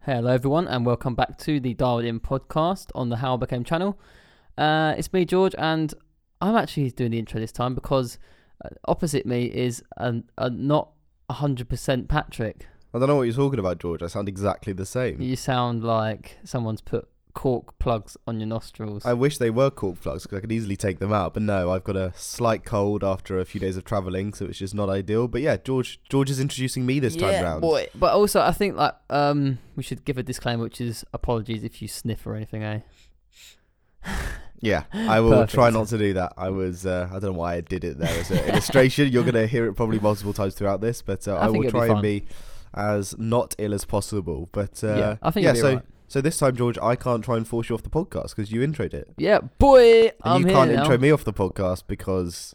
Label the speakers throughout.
Speaker 1: Hello, everyone, and welcome back to the Dialed In podcast on the How I Became channel. Uh, it's me, George, and I'm actually doing the intro this time because uh, opposite me is a, a not 100% Patrick.
Speaker 2: I don't know what you're talking about, George. I sound exactly the same.
Speaker 1: You sound like someone's put cork plugs on your nostrils.
Speaker 2: I wish they were cork plugs because I could easily take them out, but no, I've got a slight cold after a few days of travelling, so it's just not ideal. But yeah, George, George is introducing me this time round.
Speaker 1: boy. But also, I think like um, we should give a disclaimer, which is apologies if you sniff or anything, eh?
Speaker 2: Yeah, I will try
Speaker 1: Perfect.
Speaker 2: not to do that. I was, uh, I don't know why I did it there as an illustration. You're going to hear it probably multiple times throughout this, but uh,
Speaker 1: I
Speaker 2: I,
Speaker 1: think
Speaker 2: will
Speaker 1: it'll be
Speaker 2: try and
Speaker 1: fine.
Speaker 2: be as not ill as possible. But uh,
Speaker 1: yeah, I think
Speaker 2: yeah,
Speaker 1: you'll be
Speaker 2: so
Speaker 1: right.
Speaker 2: so this time, George, I can't try and force you off the podcast because you introed it,
Speaker 1: Yeah, boy,
Speaker 2: and
Speaker 1: I'm
Speaker 2: you
Speaker 1: here
Speaker 2: can't
Speaker 1: now.
Speaker 2: intro me off the podcast because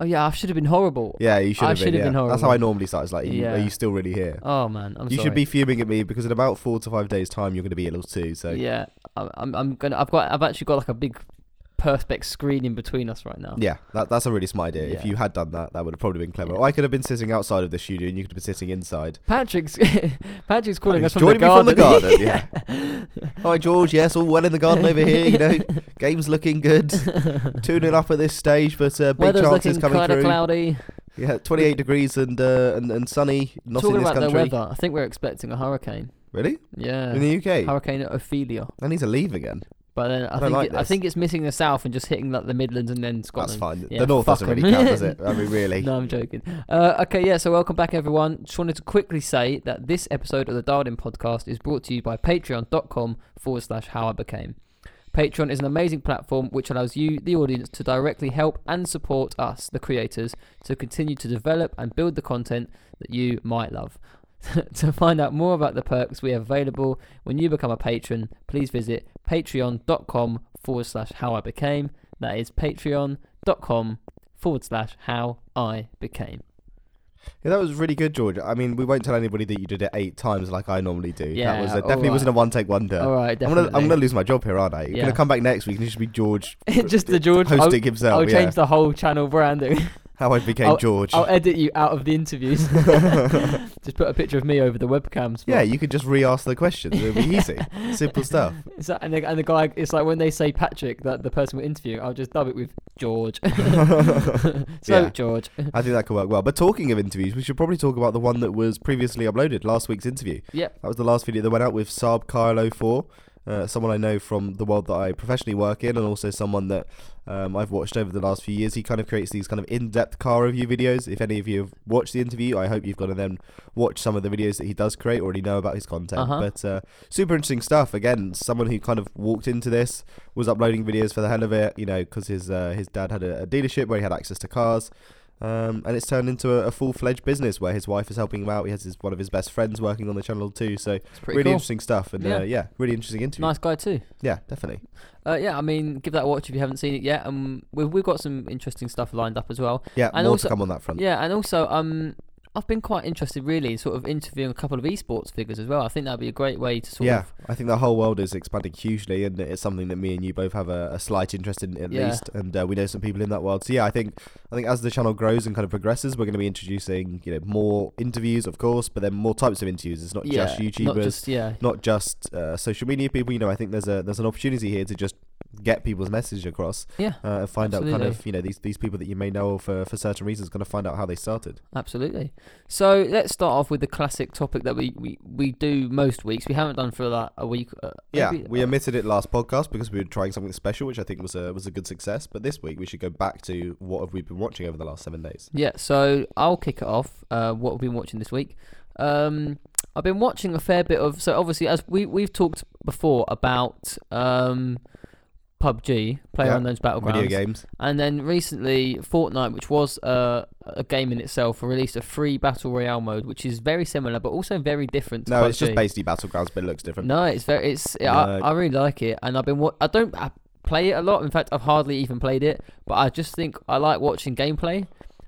Speaker 1: Oh yeah, I should have been horrible.
Speaker 2: Yeah, you should
Speaker 1: I
Speaker 2: have
Speaker 1: should
Speaker 2: been.
Speaker 1: have
Speaker 2: Yeah.
Speaker 1: been
Speaker 2: That's
Speaker 1: horrible.
Speaker 2: how I normally start. It's like, you-
Speaker 1: Yeah.
Speaker 2: are you still really here?
Speaker 1: Oh man, I'm
Speaker 2: you
Speaker 1: sorry.
Speaker 2: should be fuming at me because in about four to five days' time, you're going to be ill too. So
Speaker 1: Yeah,
Speaker 2: yeah,
Speaker 1: I- I'm. I'm gonna. I've got. I've actually got like a big perspex screen in between us right now.
Speaker 2: that, that's a really smart idea. If
Speaker 1: Yeah.
Speaker 2: you had done that, that would have probably been clever.
Speaker 1: Yeah.
Speaker 2: Or I could have been sitting outside of the studio, and you could have been sitting inside.
Speaker 1: Patrick's. Patrick's calling
Speaker 2: He's
Speaker 1: us from the,
Speaker 2: joining me from the
Speaker 1: garden.
Speaker 2: garden. yeah. Hi, George. Yes, all well in the garden over here. You know, game's looking good. Tuning up at this stage, but uh, big
Speaker 1: Weather's
Speaker 2: chances
Speaker 1: looking
Speaker 2: coming
Speaker 1: kind of
Speaker 2: through.
Speaker 1: cloudy.
Speaker 2: Yeah, 28 degrees and, uh, and and sunny. Not
Speaker 1: Talking
Speaker 2: in this
Speaker 1: about
Speaker 2: country.
Speaker 1: the weather, I think we're expecting a hurricane.
Speaker 2: Really?
Speaker 1: Yeah,
Speaker 2: in the UK?
Speaker 1: hurricane Ophelia.
Speaker 2: I need to leave again.
Speaker 1: But then I,
Speaker 2: I don't
Speaker 1: think
Speaker 2: like
Speaker 1: it, I
Speaker 2: this.
Speaker 1: think it's missing the south and just hitting like the Midlands and then
Speaker 2: That's
Speaker 1: Scotland.
Speaker 2: fine.
Speaker 1: Yeah,
Speaker 2: the north
Speaker 1: fuck
Speaker 2: doesn't
Speaker 1: 'em.
Speaker 2: really count, does it? I mean, really.
Speaker 1: No, I'm joking. Uh, okay, yeah, so welcome back, everyone. Just wanted to quickly say that this episode of the Dialed In podcast is brought to you by patreon.com forward slash how I became. Patreon is an amazing platform which allows you, the audience, to directly help and support us, the creators, to continue to develop and build the content that you might love. to find out more about the perks we have available when you become a patron, please visit patreon.com forward slash how I became. That is patreon.com forward slash how I became.
Speaker 2: Yeah, that was really good, George. I mean, we won't tell anybody that you did it eight times like I normally do.
Speaker 1: Yeah,
Speaker 2: that was a, definitely
Speaker 1: alright.
Speaker 2: wasn't a one take wonder.
Speaker 1: All right,
Speaker 2: I'm
Speaker 1: definitely.
Speaker 2: gonna, I'm gonna lose my job here, aren't I? You're
Speaker 1: Yeah.
Speaker 2: gonna come back next week and it should be George
Speaker 1: just the George. I'll,
Speaker 2: hosting himself.
Speaker 1: I'll
Speaker 2: yeah.
Speaker 1: change the whole channel branding.
Speaker 2: How I became George.
Speaker 1: I'll edit you out of the interviews. just put a picture of me over the webcams.
Speaker 2: yeah, you could just re-ask the questions. It'll be easy, simple stuff.
Speaker 1: It's like- and, the, and the guy, it's like when they say Patrick, that the person will interview, I'll just dub it with George. so
Speaker 2: Yeah.
Speaker 1: George,
Speaker 2: I think that could work well. But talking of interviews, we should probably talk about the one that was previously uploaded, last week's interview.
Speaker 1: Yep.
Speaker 2: That was the last video that went out with Saab Kylo 4, uh, someone I know from the world that I professionally work in, and also someone that um, I've watched over the last few years. He kind of creates these kind of in depth car review videos. If any of you have watched the interview, I hope you've gone and then watched some of the videos that he does create, already know about his content.
Speaker 1: Uh-huh.
Speaker 2: But uh, super interesting stuff. Again, someone who kind of walked into this, was uploading videos for the hell of it, you know, because his, uh, his dad had a, a dealership where he had access to cars. Um, and it's turned into a, a full-fledged business where his wife is helping him out. He has his, one of his best friends working on the channel too. So
Speaker 1: it's pretty
Speaker 2: really
Speaker 1: cool.
Speaker 2: interesting stuff, and
Speaker 1: Yeah.
Speaker 2: yeah, uh, yeah really interesting interview.
Speaker 1: Nice guy too.
Speaker 2: Yeah, definitely.
Speaker 1: Uh, yeah, I mean, give that a watch if you haven't seen it yet. Um, we've we've got some interesting stuff lined up as well.
Speaker 2: Yeah,
Speaker 1: And
Speaker 2: more
Speaker 1: also-
Speaker 2: to come on that front.
Speaker 1: Yeah, and also um, I've been quite interested really in sort of interviewing a couple of esports figures as well. I think that'd be a great way to sort
Speaker 2: Yeah,
Speaker 1: of
Speaker 2: I think the whole world is expanding hugely, and it's something that me and you both have a, a slight interest in, at
Speaker 1: Yeah.
Speaker 2: least. And uh, we know some people in that world. So yeah, I think I think as the channel grows and kind of progresses, we're going to be introducing you know more interviews, of course, but then more types of interviews. It's not
Speaker 1: yeah,
Speaker 2: just YouTubers,
Speaker 1: not just yeah,
Speaker 2: not just uh, social media people. You know, I think there's a there's an opportunity here to just get people's message across
Speaker 1: Yeah,
Speaker 2: uh, and find out kind
Speaker 1: absolutely.
Speaker 2: of you know these these people that you may know for for certain reasons, kind of find out how they started.
Speaker 1: absolutely. So let's start off with the classic topic that we we, we do most weeks. We haven't done for like a week. Uh,
Speaker 2: Yeah,
Speaker 1: maybe-
Speaker 2: we
Speaker 1: uh,
Speaker 2: omitted it last podcast because we were trying something special, which I think was a was a good success. But this week we should go back to what have we been watching over the last seven days.
Speaker 1: Yeah, so I'll kick it off. Uh, what we've been watching this week. Um, I've been watching a fair bit of. So obviously, as we we've talked before about um, PUBG, Player
Speaker 2: Yeah,
Speaker 1: Unknown's Battlegrounds,
Speaker 2: Video games.
Speaker 1: and then recently Fortnite, which was uh, a game in itself, released a free battle royale mode, which is very similar but also very different. To
Speaker 2: No, it's just
Speaker 1: PUBG.
Speaker 2: basically battlegrounds, but it looks different.
Speaker 1: No, it's very. It's. I,
Speaker 2: No.
Speaker 1: I really like it, and I've been. Wa- I don't I play it a lot. In fact, I've hardly even played it. But I just think I like watching gameplay,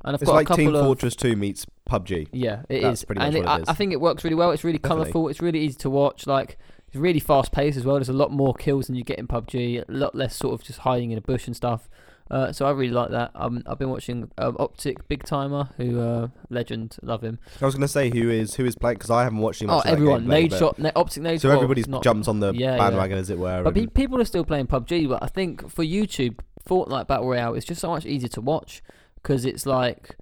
Speaker 1: and I've
Speaker 2: it's
Speaker 1: got a
Speaker 2: like
Speaker 1: couple
Speaker 2: Team
Speaker 1: of.
Speaker 2: Fortress Two meets PUBG.
Speaker 1: Yeah, it is.
Speaker 2: That's pretty much
Speaker 1: and
Speaker 2: what it
Speaker 1: I-
Speaker 2: is.
Speaker 1: I, think it works really well. It's really
Speaker 2: Definitely.
Speaker 1: colourful. It's really easy to watch. Like it's really fast paced as well. There's a lot more kills than you get in PUBG. A lot less sort of just hiding in a bush and stuff. Uh, so I really like that. Um, I've been watching um, Optic Big Timer, who uh, legend, love him.
Speaker 2: I was gonna say who is who is playing because I haven't watched him.
Speaker 1: Oh, everyone, Nade Shot, Na- Optic Nade.
Speaker 2: So
Speaker 1: well,
Speaker 2: everybody's
Speaker 1: not,
Speaker 2: jumped on the
Speaker 1: Yeah, yeah.
Speaker 2: bandwagon, as it were.
Speaker 1: But pe-
Speaker 2: and-
Speaker 1: people are still playing PUBG. But I think for YouTube, Fortnite Battle Royale is just so much easier to watch because it's like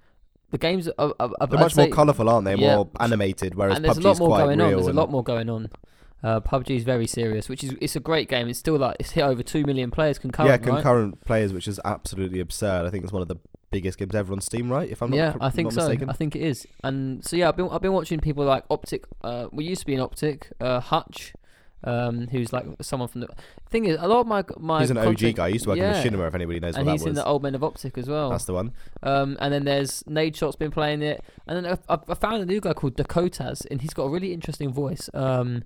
Speaker 1: the games are, are, are
Speaker 2: they're
Speaker 1: I'd
Speaker 2: much more
Speaker 1: say-
Speaker 2: colourful, aren't they?
Speaker 1: yeah.
Speaker 2: More animated, whereas
Speaker 1: and there's
Speaker 2: PUBG's
Speaker 1: a lot more
Speaker 2: quite
Speaker 1: going
Speaker 2: real.
Speaker 1: on. There's a
Speaker 2: and-
Speaker 1: lot more going on. Uh, PUBG is very serious, which is it's a great game. It's still like it's hit over two million players concurrent.
Speaker 2: yeah,
Speaker 1: right?
Speaker 2: concurrent players, which is absolutely absurd. I think it's one of the biggest games ever on Steam, right? If I'm not,
Speaker 1: yeah,
Speaker 2: cor-
Speaker 1: I think
Speaker 2: not
Speaker 1: so.
Speaker 2: mistaken.
Speaker 1: I think it is. And so yeah, I've been I've been watching people like Optic. Uh, we used to be in Optic. Uh, Hutch, um, who's like someone from the thing is a lot of my my
Speaker 2: He's an OG
Speaker 1: content-
Speaker 2: guy. He used to work
Speaker 1: Yeah.
Speaker 2: in Machinima, if anybody knows
Speaker 1: and
Speaker 2: what
Speaker 1: he's
Speaker 2: that
Speaker 1: in
Speaker 2: was.
Speaker 1: the Old Men of Optic as well.
Speaker 2: That's the one.
Speaker 1: Um, and then there's Nade Shot's been playing it, and then I, I, I found a new guy called Dakotas, and he's got a really interesting voice. Um,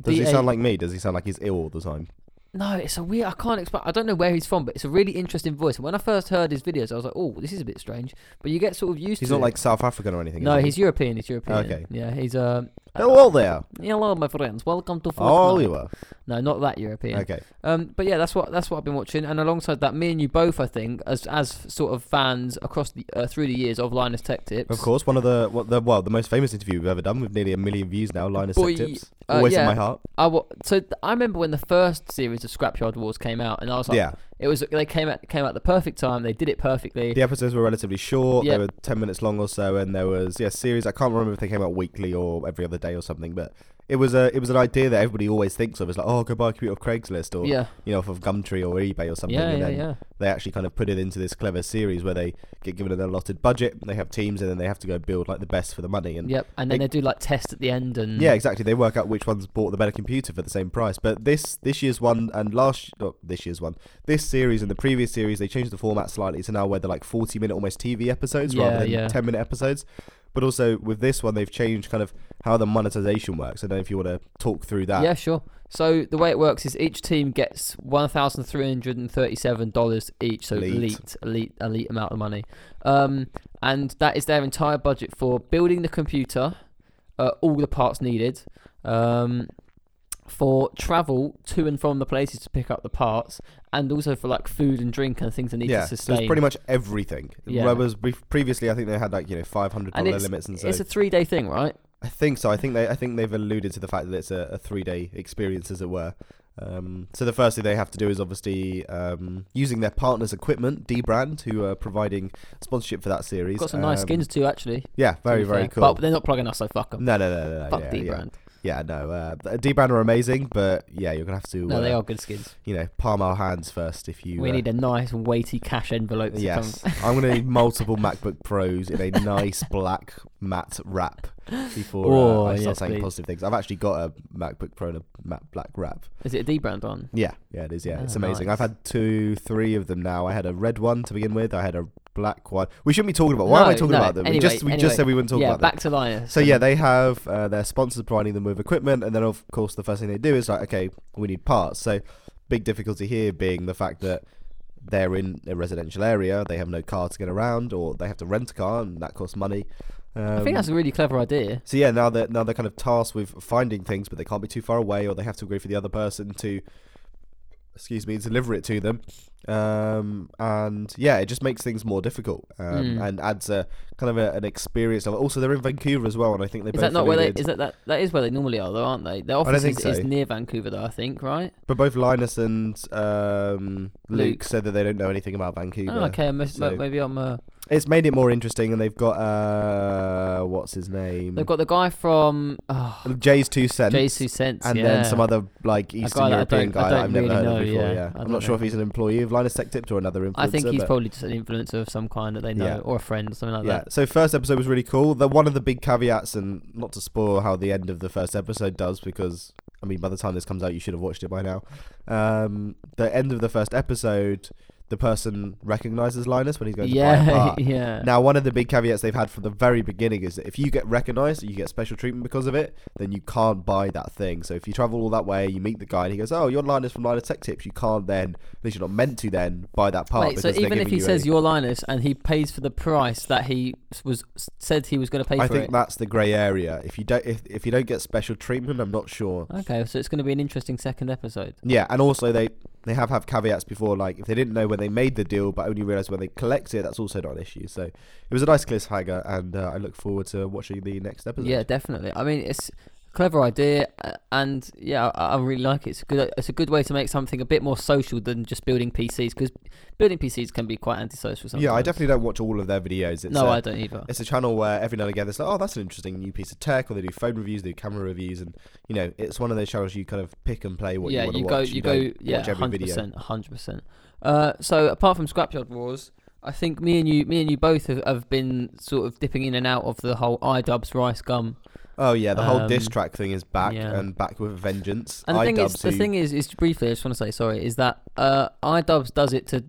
Speaker 2: Does he
Speaker 1: DA
Speaker 2: sound like me? Does he sound like he's ill all the time?
Speaker 1: No, it's a weird. I can't explain. I don't know where he's from, but it's a really interesting voice. And when I first heard his videos, I was like, "Oh, this is a bit strange." But you get sort of used
Speaker 2: He's
Speaker 1: to.
Speaker 2: not
Speaker 1: it.
Speaker 2: like South African or anything.
Speaker 1: No,
Speaker 2: is he?
Speaker 1: he's European. He's European.
Speaker 2: Okay.
Speaker 1: Yeah, he's uh,
Speaker 2: Hello there.
Speaker 1: Hello, my friends. Welcome to Fortnite.
Speaker 2: Oh, you are.
Speaker 1: No, not that European.
Speaker 2: Okay.
Speaker 1: Um, but yeah, that's what that's what I've been watching. And alongside that, me and you both, I think, as as sort of fans across the uh, through the years of Linus Tech Tips.
Speaker 2: Of course, one of the, what the well, the most famous interview we've ever done with nearly a million views now. Linus
Speaker 1: Boy,
Speaker 2: Tech Tips,
Speaker 1: uh,
Speaker 2: always
Speaker 1: yeah.
Speaker 2: in my heart.
Speaker 1: I wa- so th- I remember when the first series of Scrapyard Wars came out, and I was like,
Speaker 2: yeah,
Speaker 1: it was they came out came out the perfect time. They did it perfectly.
Speaker 2: the episodes were relatively short.
Speaker 1: Yeah.
Speaker 2: They were ten minutes long or so, and there was yeah series. I can't remember if they came out weekly or every other day or something, but it was a it was an idea that everybody always thinks of. It's like oh, go buy a computer off Craigslist or
Speaker 1: yeah,
Speaker 2: you know off of Gumtree or eBay or something.
Speaker 1: yeah,
Speaker 2: and
Speaker 1: yeah,
Speaker 2: then
Speaker 1: yeah.
Speaker 2: they actually kind of put it into this clever series where they get given an allotted budget. They have teams, and then they have to go build like the best for the money. And
Speaker 1: Yep, and then they, do like tests at the end and
Speaker 2: Yeah, exactly. They work out which one's bought the better computer for the same price. But this this year's one and last not this year's one, this series and the previous series, they changed the format slightly to now where they're like forty minute almost TV episodes
Speaker 1: Yeah,
Speaker 2: rather than
Speaker 1: yeah.
Speaker 2: ten minute episodes. But also with this one, they've changed kind of how the monetization works. I don't know if you want to talk through that.
Speaker 1: yeah, sure. So the way it works is each team gets one thousand three hundred and thirty-seven dollars each, so
Speaker 2: Elite.
Speaker 1: elite, elite, elite amount of money, um, and that is their entire budget for building the computer, uh, all the parts needed, um, for travel to and from the places to pick up the parts, and also for like food and drink and things they need
Speaker 2: yeah.
Speaker 1: to
Speaker 2: So
Speaker 1: sustain.
Speaker 2: it's pretty much everything.
Speaker 1: Yeah.
Speaker 2: Whereas we- previously, I think they had like you know five hundred
Speaker 1: And
Speaker 2: dollar limits, and so
Speaker 1: it's a three-day thing, right?
Speaker 2: I think so. I think they I think they've alluded to the fact that it's a, a three day experience, as it were. Um, so the first thing they have to do is obviously um, using their partner's equipment, Dbrand, who are providing sponsorship for that series.
Speaker 1: Got some nice
Speaker 2: Um,
Speaker 1: skins too, actually. to
Speaker 2: Yeah, very
Speaker 1: be
Speaker 2: very
Speaker 1: fair.
Speaker 2: cool.
Speaker 1: But they're not plugging us, so fuck 'em.
Speaker 2: no, no, no, no, no.
Speaker 1: fuck
Speaker 2: yeah,
Speaker 1: D
Speaker 2: yeah.
Speaker 1: brand.
Speaker 2: Yeah, no. Uh, Dbrand are amazing, but yeah, you're gonna have to.
Speaker 1: No,
Speaker 2: uh,
Speaker 1: they are good skins.
Speaker 2: You know, palm our hands first if you.
Speaker 1: We
Speaker 2: uh,
Speaker 1: need a nice weighty cash envelope. To
Speaker 2: Yes,
Speaker 1: come.
Speaker 2: I'm gonna need multiple MacBook Pros in a nice black matte wrap before
Speaker 1: Oh,
Speaker 2: uh, I start
Speaker 1: yes,
Speaker 2: saying
Speaker 1: please.
Speaker 2: positive things. I've actually got a MacBook Pro in a matte black wrap.
Speaker 1: Is it a D brand one?
Speaker 2: Yeah, yeah, it is. Yeah, it's
Speaker 1: Oh,
Speaker 2: amazing.
Speaker 1: nice.
Speaker 2: I've had two, three of them now. I had a red one to begin with. I had a black one. We shouldn't be talking about. Why am I
Speaker 1: No,
Speaker 2: talking
Speaker 1: no,
Speaker 2: about them? we
Speaker 1: anyway,
Speaker 2: just we
Speaker 1: anyway.
Speaker 2: just said we wouldn't talk
Speaker 1: yeah,
Speaker 2: about them.
Speaker 1: back to Linus.
Speaker 2: So yeah, they have uh, their sponsors providing them with equipment, and then of course the first thing they do is like, okay, we need parts. So big difficulty here being the fact that they're in a residential area, they have no car to get around, or they have to rent a car, and that costs money. Um,
Speaker 1: I think that's a really clever idea.
Speaker 2: so yeah, now they're now they're kind of tasked with finding things, but they can't be too far away, or they have to agree for the other person to, excuse me, deliver it to them. Um, and yeah, it just makes things more difficult um,
Speaker 1: Mm.
Speaker 2: and adds a kind of a, an experience level. Also, they're in Vancouver as well, and I think they
Speaker 1: Is
Speaker 2: both
Speaker 1: that not where they?
Speaker 2: alluded-
Speaker 1: Is that, that that is where they normally are though, aren't they? Their
Speaker 2: don't
Speaker 1: office
Speaker 2: think
Speaker 1: is, is
Speaker 2: so.
Speaker 1: near Vancouver though, I think, right?
Speaker 2: but both Linus and um, Luke,
Speaker 1: Luke.
Speaker 2: said that they don't know anything about Vancouver.
Speaker 1: Oh, okay, I must-
Speaker 2: so- um,
Speaker 1: maybe I'm. Uh,
Speaker 2: It's made it more interesting, and they've got uh, what's his name?
Speaker 1: they've got the guy from oh,
Speaker 2: Jay's two cents.
Speaker 1: Jay's Two Cents,
Speaker 2: and
Speaker 1: yeah.
Speaker 2: then some other like
Speaker 1: guy
Speaker 2: Eastern
Speaker 1: that I
Speaker 2: European
Speaker 1: don't-
Speaker 2: guy
Speaker 1: I
Speaker 2: that
Speaker 1: don't
Speaker 2: I've never
Speaker 1: really
Speaker 2: heard
Speaker 1: know,
Speaker 2: of before.
Speaker 1: yeah.
Speaker 2: Yeah,
Speaker 1: I
Speaker 2: I'm
Speaker 1: don't
Speaker 2: not sure
Speaker 1: know.
Speaker 2: if he's an employee of Linus Tech Tips or another influencer.
Speaker 1: I think he's
Speaker 2: but-
Speaker 1: probably just an influencer of some kind that they know,
Speaker 2: Yeah.
Speaker 1: or a friend or something like
Speaker 2: yeah.
Speaker 1: that.
Speaker 2: So first episode was really cool. The one of the big caveats, and not to spoil how the end of the first episode does, because I mean, by the time this comes out, you should have watched it by now. Um, the end of the first episode, the person recognizes Linus when he's going to buy a
Speaker 1: Yeah,
Speaker 2: part.
Speaker 1: yeah.
Speaker 2: Now, one of the big caveats they've had from the very beginning is that if you get recognized, you get special treatment because of it, then you can't buy that thing. So if you travel all that way, you meet the guy and he goes, "Oh, your line is from Line of Tech Tips," you can't then, at least you're not meant to then buy that part.
Speaker 1: Wait, so
Speaker 2: because they're
Speaker 1: even if
Speaker 2: giving
Speaker 1: he
Speaker 2: you
Speaker 1: says
Speaker 2: a-
Speaker 1: you're Linus and he pays for the price that he s- was said he was going to pay
Speaker 2: I
Speaker 1: for
Speaker 2: think
Speaker 1: it.
Speaker 2: that's the grey area. If you don't, if, if
Speaker 1: Oh.
Speaker 2: you don't get special treatment, I'm not sure.
Speaker 1: okay, so it's going to be an interesting second episode.
Speaker 2: Yeah, and also they they have have caveats before, like if they didn't know when they made the deal, but only realized when they collect it, that's also not an issue. So it was a nice cliffhanger, and uh, I look forward to watching the next episode.
Speaker 1: Yeah, definitely. I mean, it's a clever idea, uh, and yeah, I, I really like it. It's a good. It's a good way to make something a bit more social than just building PCs, because building PCs can be quite antisocial. Sometimes.
Speaker 2: yeah. I definitely don't watch all of their videos. It's
Speaker 1: No,
Speaker 2: uh,
Speaker 1: I don't either.
Speaker 2: it's a channel where every now and again it's like, oh, that's an interesting new piece of tech, or they do phone reviews, they do camera reviews, and you know, it's one of those channels you kind of pick and play what
Speaker 1: yeah,
Speaker 2: you want to
Speaker 1: you
Speaker 2: watch.
Speaker 1: go, you go,
Speaker 2: don't
Speaker 1: yeah,
Speaker 2: watch every
Speaker 1: hundred
Speaker 2: video.
Speaker 1: percent, hundred percent. Uh, so apart from Scrapyard Wars, I think me and you, me and you both have, have been sort of dipping in and out of the whole iDubbbz Rice Gum.
Speaker 2: Oh yeah, the whole diss
Speaker 1: Um,
Speaker 2: track thing is back
Speaker 1: yeah.
Speaker 2: and back with a vengeance.
Speaker 1: And the thing is,
Speaker 2: iDubbbz
Speaker 1: the
Speaker 2: who-
Speaker 1: thing is, is briefly, I just want to say sorry, is that uh, iDubbbz does it to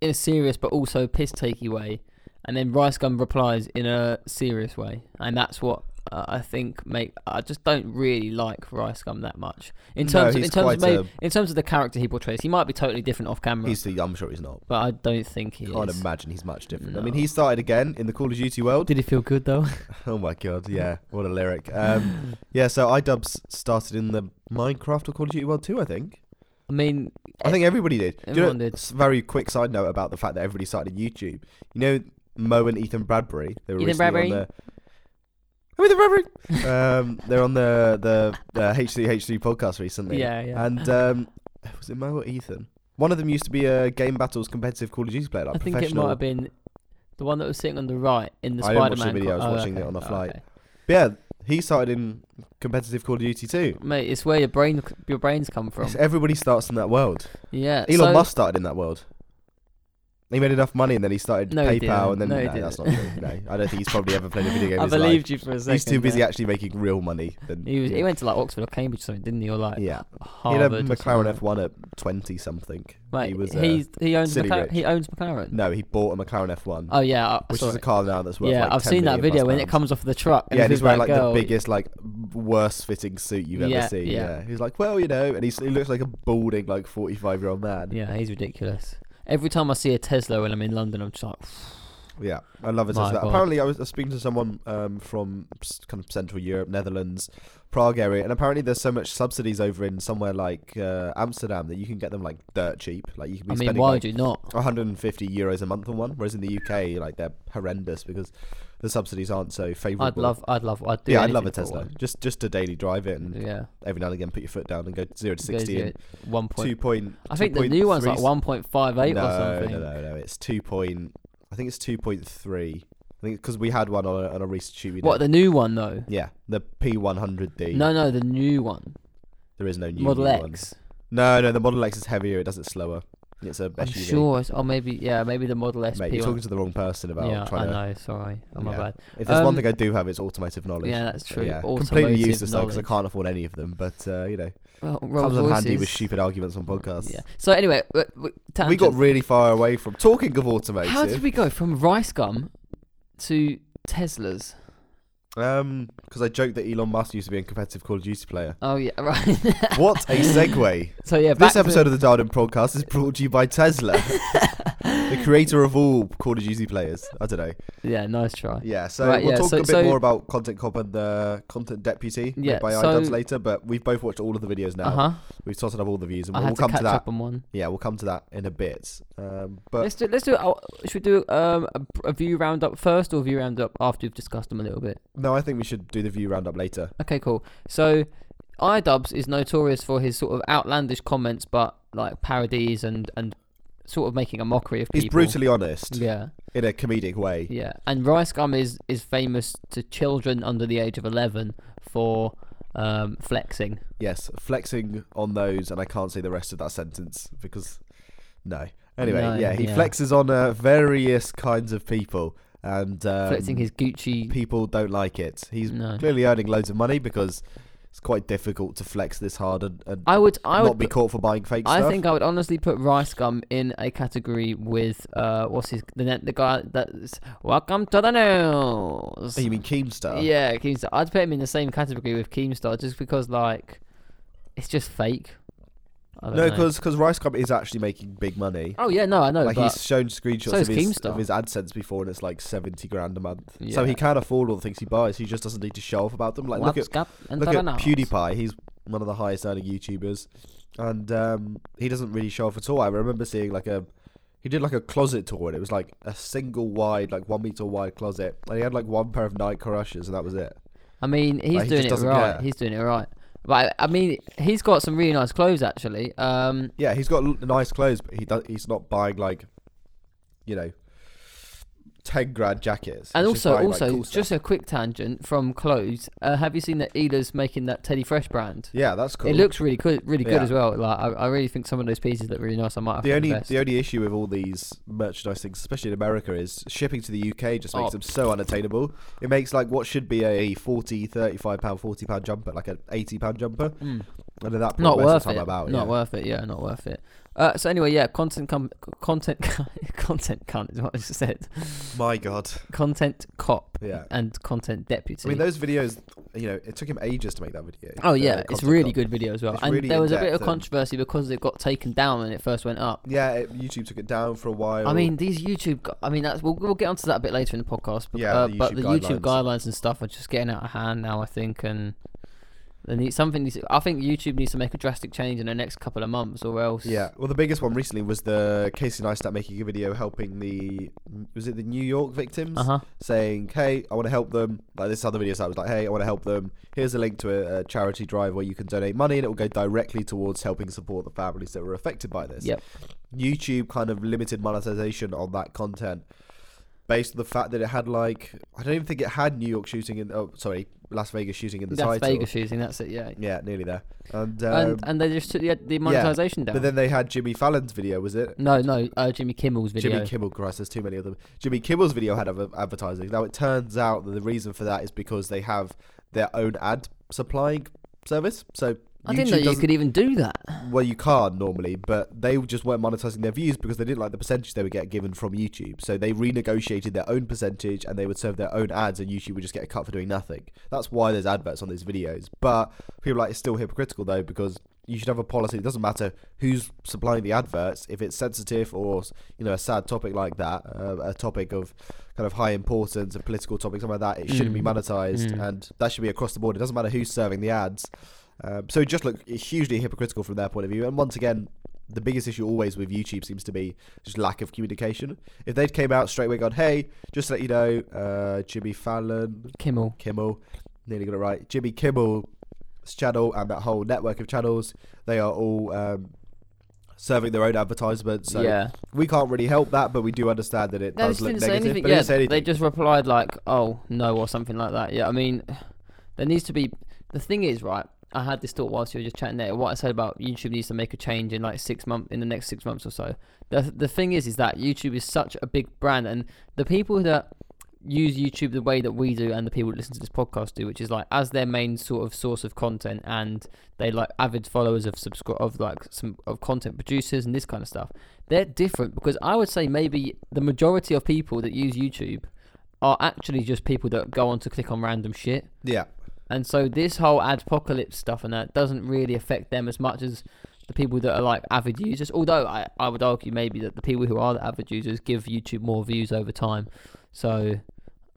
Speaker 1: in a serious but also piss takey way, and then Rice Gum replies in a serious way, and that's what. Uh, I think make I just don't really like Rice Gum that much in
Speaker 2: No,
Speaker 1: terms of,
Speaker 2: he's
Speaker 1: in terms of
Speaker 2: quite
Speaker 1: maybe, in terms of the character he portrays. He might be totally different off camera.
Speaker 2: he's the, I'm sure he's not.
Speaker 1: but I don't think he
Speaker 2: Can't
Speaker 1: is.
Speaker 2: imagine he's much different. I
Speaker 1: No.
Speaker 2: mean, he started again in the Call of Duty world.
Speaker 1: Did it feel good though?
Speaker 2: oh my god, yeah, what a lyric. Um, yeah, so iDubbbz started in the Minecraft or Call of Duty world too, I think.
Speaker 1: I mean,
Speaker 2: I think everybody did. Do you know-
Speaker 1: everyone did.
Speaker 2: s- Very quick side note about the fact that everybody started YouTube. You know, Mo and Ethan Bradbury. They were
Speaker 1: Ethan
Speaker 2: recently
Speaker 1: Bradbury?
Speaker 2: On the, I'm Ethan Bradbury. um, they're on the the uh, H3H3 podcast recently.
Speaker 1: yeah, yeah.
Speaker 2: And um, was it Mo or Ethan? One of them used to be a game battles competitive Call of Duty player, like
Speaker 1: I think it
Speaker 2: professional.
Speaker 1: might have been the one that was sitting on the right in the
Speaker 2: I didn't watch the
Speaker 1: Spider-Man.
Speaker 2: video, I was
Speaker 1: co-
Speaker 2: watching it on the
Speaker 1: oh,
Speaker 2: flight. But yeah, he started in competitive Call of Duty too.
Speaker 1: Mate, it's where your brain your brains come from.
Speaker 2: It's- everybody starts in that world.
Speaker 1: Yeah.
Speaker 2: Elon
Speaker 1: so-
Speaker 2: Musk started in that world. He made enough money and then he started
Speaker 1: No, he
Speaker 2: PayPal
Speaker 1: didn't.
Speaker 2: and then
Speaker 1: No, he
Speaker 2: no, that's not true.
Speaker 1: didn't.
Speaker 2: No, I don't think he's probably ever played a video game.
Speaker 1: I
Speaker 2: in his life.
Speaker 1: believed you for a second.
Speaker 2: He's too busy
Speaker 1: there.
Speaker 2: actually making real money. Than,
Speaker 1: He was. He went to like Oxford or Cambridge or something, didn't he? Or like
Speaker 2: yeah, he had
Speaker 1: Harvard.
Speaker 2: a
Speaker 1: or something.
Speaker 2: McLaren F1 at twenty something.
Speaker 1: Mate,
Speaker 2: he was, uh,
Speaker 1: he's, he owns
Speaker 2: silly
Speaker 1: McLaren.
Speaker 2: rich.
Speaker 1: He owns McLaren.
Speaker 2: No, he bought a McLaren F1,
Speaker 1: Oh yeah. I, I
Speaker 2: which
Speaker 1: saw
Speaker 2: is a
Speaker 1: it.
Speaker 2: car now that's worth.
Speaker 1: yeah,
Speaker 2: like
Speaker 1: I've
Speaker 2: 10
Speaker 1: seen that
Speaker 2: million plus
Speaker 1: video when it
Speaker 2: pounds.
Speaker 1: comes off the truck. And
Speaker 2: Yeah, and he's
Speaker 1: with that
Speaker 2: wearing like
Speaker 1: girl.
Speaker 2: the biggest, like worst fitting suit you've
Speaker 1: Yeah,
Speaker 2: ever seen.
Speaker 1: yeah.
Speaker 2: Yeah. he's like, well, you know, and he's, he looks like a balding, like forty-five year old man. Yeah.
Speaker 1: Yeah, he's ridiculous. Every time I see a Tesla when I'm in London, I'm just like,
Speaker 2: I love it.
Speaker 1: My
Speaker 2: That.
Speaker 1: God.
Speaker 2: Apparently, I was I was speaking to someone um, from s- kind of Central Europe, Netherlands, Prague area, and apparently there's so much subsidies over in somewhere like uh, Amsterdam that you can get them like dirt cheap. Like you can be
Speaker 1: I mean,
Speaker 2: spending
Speaker 1: why
Speaker 2: like,
Speaker 1: would you not?
Speaker 2: 150 euros a month on one, whereas in the UK, like they're horrendous because the subsidies aren't so favourable.
Speaker 1: I'd love, I'd love, I'd do.
Speaker 2: yeah, I'd love a
Speaker 1: anything for
Speaker 2: Tesla.
Speaker 1: one.
Speaker 2: Just just to daily drive it and
Speaker 1: Yeah,
Speaker 2: every now and again put your foot down and go zero to
Speaker 1: goes
Speaker 2: sixty in
Speaker 1: at one point.
Speaker 2: two point.
Speaker 1: I think the new one's like
Speaker 2: 1.3.
Speaker 1: one point five eight
Speaker 2: no,
Speaker 1: or something.
Speaker 2: No, no, no. It's two point. I think it's two point three. I think because we had one on a, on a recent shoot. We did.
Speaker 1: What the new one though?
Speaker 2: Yeah, the P one hundred D.
Speaker 1: No, no, the new one,
Speaker 2: there is no new
Speaker 1: Model
Speaker 2: new
Speaker 1: X.
Speaker 2: one. No, no, the Model X is heavier. It does it slower. It's a
Speaker 1: I'm
Speaker 2: SUV.
Speaker 1: sure. It's, oh, maybe yeah, maybe the Model S.
Speaker 2: Mate, you're talking to the wrong person about
Speaker 1: yeah, I
Speaker 2: trying to.
Speaker 1: know. Sorry, oh my
Speaker 2: Yeah.
Speaker 1: bad.
Speaker 2: If there's
Speaker 1: Um,
Speaker 2: one thing I do have, it's automotive knowledge.
Speaker 1: Yeah, that's
Speaker 2: So,
Speaker 1: true.
Speaker 2: yeah,
Speaker 1: Automotive
Speaker 2: completely useless though because I
Speaker 1: knowledge.
Speaker 2: can't afford any of them. But uh, you know,
Speaker 1: Well, Rolls
Speaker 2: comes in handy with
Speaker 1: Royces.
Speaker 2: stupid arguments on podcasts.
Speaker 1: Yeah. So anyway, w- w-
Speaker 2: We got
Speaker 1: tangent.
Speaker 2: really far away from talking of automotive.
Speaker 1: How did we go from rice gum to Teslas?
Speaker 2: Um, because I joked that Elon Musk used to be a competitive Call of Duty player.
Speaker 1: Oh yeah, right.
Speaker 2: What a segue!
Speaker 1: so yeah, back
Speaker 2: this
Speaker 1: to-
Speaker 2: episode of the Darden Podcast is brought to you by Tesla, the creator of all Call of Duty players. I don't know.
Speaker 1: yeah, nice try.
Speaker 2: Yeah, so
Speaker 1: Right,
Speaker 2: we'll
Speaker 1: yeah,
Speaker 2: talk
Speaker 1: so-
Speaker 2: a bit
Speaker 1: so-
Speaker 2: more about Content Cop and the Content Deputy made
Speaker 1: Yeah,
Speaker 2: by
Speaker 1: so-
Speaker 2: iDubbbz later. But we've both watched all of the videos now.
Speaker 1: Uh huh.
Speaker 2: We've sorted up all the views, and
Speaker 1: I
Speaker 2: we'll,
Speaker 1: had
Speaker 2: we'll
Speaker 1: to
Speaker 2: come
Speaker 1: catch
Speaker 2: to that.
Speaker 1: up on one.
Speaker 2: Yeah, we'll come to that in a bit. Um, but
Speaker 1: let's do. Let's do. Uh, should we do um, a, a view roundup first, or view roundup after we've discussed them a little bit?
Speaker 2: no, I think we should do the view roundup later.
Speaker 1: Okay, cool. So, iDubbbz is notorious for his sort of outlandish comments, but like parodies and and sort of making a mockery of people.
Speaker 2: He's brutally honest
Speaker 1: Yeah,
Speaker 2: in a comedic way.
Speaker 1: yeah. And Rice Gum is is famous to children under the age of eleven for um, flexing.
Speaker 2: Yes, flexing on those, and I can't say the rest of that sentence because no. Anyway,
Speaker 1: No,
Speaker 2: yeah, he
Speaker 1: yeah.
Speaker 2: flexes on uh, various kinds of people, and um,
Speaker 1: flexing his Gucci.
Speaker 2: people don't like it. He's
Speaker 1: no.
Speaker 2: clearly earning loads of money because it's quite difficult to flex this hard and, and
Speaker 1: I would. I
Speaker 2: not
Speaker 1: would.
Speaker 2: be caught for buying fake
Speaker 1: I
Speaker 2: stuff.
Speaker 1: think I would honestly put Rice Gum in a category with uh, what's his the ne- the guy that's Welcome to the news.
Speaker 2: Oh, you mean Keemstar?
Speaker 1: Yeah, Keemstar. I'd put him in the same category with Keemstar just because like it's just fake. I don't
Speaker 2: No,
Speaker 1: know.
Speaker 2: because Rice Cup is actually making big money.
Speaker 1: oh yeah, no, I know.
Speaker 2: like
Speaker 1: but
Speaker 2: he's shown screenshots
Speaker 1: So
Speaker 2: of,
Speaker 1: is
Speaker 2: his,
Speaker 1: Keemstar.
Speaker 2: of his AdSense before, and it's like seventy grand a month. So
Speaker 1: Yeah.
Speaker 2: he can afford all the things he buys. He just doesn't need to show off about them. Like look at
Speaker 1: Wapscap and
Speaker 2: Look at
Speaker 1: Taranals.
Speaker 2: PewDiePie. He's one of the highest earning YouTubers, and um, he doesn't really show off at all. I remember seeing like a he did like a closet tour, and it was like a single wide, like one meter wide closet, and he had like one pair of Nike Crushes, and that was it.
Speaker 1: I mean, he's doing
Speaker 2: he just
Speaker 1: it
Speaker 2: doesn't
Speaker 1: right.
Speaker 2: care.
Speaker 1: He's doing it right. But I I mean, he's got some really nice clothes actually. Um,
Speaker 2: Yeah, he's got l- nice clothes, but he does, he's not buying like, you know, ten grad jackets.
Speaker 1: and
Speaker 2: He's
Speaker 1: also,
Speaker 2: buying, like,
Speaker 1: also,
Speaker 2: cool stuff.
Speaker 1: just a quick tangent from clothes. Uh, have you seen that Ela's making that Teddy Fresh brand?
Speaker 2: yeah, that's cool.
Speaker 1: It looks really good, really good
Speaker 2: Yeah.
Speaker 1: as well. Like I, I really think some of those pieces look really nice. I might have
Speaker 2: the
Speaker 1: to
Speaker 2: only
Speaker 1: invest.
Speaker 2: the only issue with all these merchandise things, especially in America, is shipping to the UK just makes
Speaker 1: Oh.
Speaker 2: them so unattainable. It makes like what should be a 40, 35 pound, 40 pound jumper, like an 80 pound jumper.
Speaker 1: Mm.
Speaker 2: And at that point,
Speaker 1: not
Speaker 2: most of
Speaker 1: worth
Speaker 2: the time
Speaker 1: it.
Speaker 2: I'm out,
Speaker 1: not
Speaker 2: yeah.
Speaker 1: worth it. Yeah, not worth it. Uh, so anyway, yeah, content, com- content, content cunt is what I just said.
Speaker 2: My God.
Speaker 1: Content cop
Speaker 2: Yeah.
Speaker 1: and content deputy.
Speaker 2: I mean, those videos, you know, it took him ages to make that video.
Speaker 1: oh
Speaker 2: uh,
Speaker 1: yeah, it's
Speaker 2: content
Speaker 1: really
Speaker 2: up.
Speaker 1: good video as well.
Speaker 2: It's
Speaker 1: and
Speaker 2: really
Speaker 1: there was a bit
Speaker 2: in-depth
Speaker 1: of
Speaker 2: and-
Speaker 1: controversy because it got taken down when it first went up.
Speaker 2: Yeah, it, YouTube took it down for a while.
Speaker 1: I mean, these YouTube. gu- I mean, that's we'll, we'll get onto that a bit later in the podcast. But,
Speaker 2: Yeah,
Speaker 1: uh,
Speaker 2: the
Speaker 1: but the
Speaker 2: YouTube
Speaker 1: YouTube guidelines and stuff are just getting out of hand now. I think, and they need something. Needs, I think YouTube needs to make a drastic change in the next couple of months, or else.
Speaker 2: Yeah, well, the biggest one recently was the Casey Neistat making a video helping the was it the New York victims
Speaker 1: Uh huh.
Speaker 2: saying, "Hey, I want to help them." Like this other video, so I was like, "Hey, I want to help them. Here's a link to a, a charity drive where you can donate money, and it will go directly towards helping support the families that were affected by this."
Speaker 1: Yep.
Speaker 2: YouTube kind of limited monetization on that content based on the fact that it had like I don't even think it had New York shooting in. Oh, sorry, Las Vegas shooting in the
Speaker 1: That's
Speaker 2: title.
Speaker 1: Vegas using. That's it. Yeah.
Speaker 2: Yeah, nearly there. And, um,
Speaker 1: and and they just took the, the monetization down.
Speaker 2: but then they had Jimmy Fallon's video. Was it?
Speaker 1: no, no, uh, Jimmy Kimmel's video.
Speaker 2: Jimmy Kimmel, Christ, there's too many of them. Jimmy Kimmel's video had adver- advertising. Now it turns out that the reason for that is because they have their own ad supplying service. So
Speaker 1: I didn't know you
Speaker 2: doesn't-
Speaker 1: could even do that.
Speaker 2: Well, you can't normally, but they just weren't monetizing their views because they didn't like the percentage they would get given from YouTube. So they renegotiated their own percentage and they would serve their own ads, and YouTube would just get a cut for doing nothing. That's why there's adverts on these videos. But people are like it's still hypocritical though because you should have a policy. It doesn't matter who's supplying the adverts if it's sensitive or you know a sad topic like that, uh, a topic of kind of high importance, a political topic, something like that. It shouldn't be
Speaker 1: Mm.
Speaker 2: monetized,
Speaker 1: Mm.
Speaker 2: and that should be across the board. It doesn't matter who's serving the ads. Um, so it just looked hugely hypocritical from their point of view. And once again, the biggest issue always with YouTube seems to be just lack of communication. If they'd came out straight away, gone, "Hey, just to let you know, uh, Jimmy Fallon,
Speaker 1: Kimmel.
Speaker 2: Kimmel, nearly got it right, Jimmy Kimmel's channel and that whole network of channels, they are all um, serving their own advertisements. So
Speaker 1: yeah.
Speaker 2: we can't really help that, but we do understand that it
Speaker 1: They
Speaker 2: does
Speaker 1: just
Speaker 2: look
Speaker 1: didn't
Speaker 2: negative.
Speaker 1: say anything.
Speaker 2: But
Speaker 1: yeah,
Speaker 2: they didn't say
Speaker 1: they
Speaker 2: anything.
Speaker 1: just replied like, "Oh no," or something like that. Yeah, I mean, there needs to be. The thing is, right? I had this thought whilst you were just chatting there. What I said about YouTube needs to make a change in like six months, in the next six months or so. The the thing is, is that YouTube is such a big brand, and the people that use YouTube the way that we do, and the people that listen to this podcast do, which is like as their main sort of source of content, and they like avid followers of subscri- of like some of content producers and this kind of stuff they're different because I would say maybe the majority of people that use YouTube are actually just people that go on to click on random shit.
Speaker 2: yeah,
Speaker 1: And so this whole adpocalypse stuff and that doesn't really affect them as much as the people that are like avid users. Although I, I would argue maybe that the people who are the avid users give YouTube more views over time. So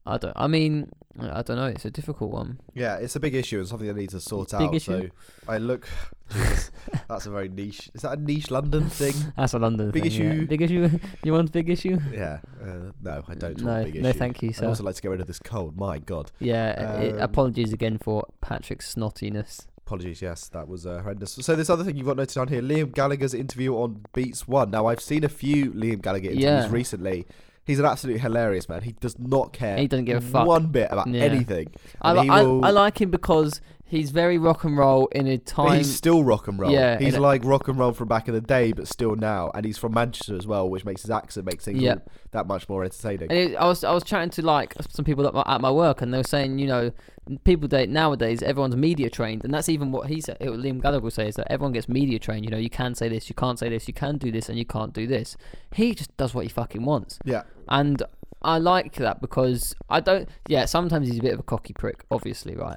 Speaker 1: I don't I mean I don't know, it's a difficult one.
Speaker 2: yeah, it's a big issue and something they need to sort
Speaker 1: Big
Speaker 2: out.
Speaker 1: issue?
Speaker 2: So I look, Jesus, that's a very niche. Is that a niche London thing?
Speaker 1: That's a London
Speaker 2: Big
Speaker 1: thing, yeah.
Speaker 2: issue.
Speaker 1: Big issue. you want big issue?
Speaker 2: Yeah, uh, no, I don't.
Speaker 1: no,
Speaker 2: want big
Speaker 1: no
Speaker 2: issue.
Speaker 1: thank you,
Speaker 2: I'd
Speaker 1: sir.
Speaker 2: also like to get rid of this cold. My God.
Speaker 1: Yeah, i-
Speaker 2: Um,
Speaker 1: apologies again for Patrick's snottiness.
Speaker 2: Apologies, yes, that was uh, horrendous. So this other thing you've got noted down here, Liam Gallagher's interview on Beats One. Now I've seen a few Liam Gallagher interviews
Speaker 1: Yeah.
Speaker 2: recently. He's an absolute hilarious man. He does not care.
Speaker 1: He doesn't give a fuck.
Speaker 2: one bit about
Speaker 1: Yeah.
Speaker 2: anything.
Speaker 1: I,
Speaker 2: and
Speaker 1: li-
Speaker 2: he
Speaker 1: I,
Speaker 2: will-
Speaker 1: I like him because he's very rock and roll in a
Speaker 2: But
Speaker 1: time.
Speaker 2: he's still rock and roll.
Speaker 1: Yeah,
Speaker 2: he's
Speaker 1: and-
Speaker 2: like rock and roll from back in the day, but still now. And he's from Manchester as well, which makes his accent make things
Speaker 1: Yeah.
Speaker 2: all that much more entertaining.
Speaker 1: And it, I was I was chatting to like some people at my, at my work, and they were saying, you know, people date nowadays. Everyone's media trained, and that's even what he said. What Liam Gallagher will say is that everyone gets media trained. You know, you can say this, you can't say this, you can do this, and you can't do this. He just does what he fucking wants.
Speaker 2: yeah,
Speaker 1: And I like that because I don't. Yeah, sometimes he's a bit of a cocky prick, obviously, right?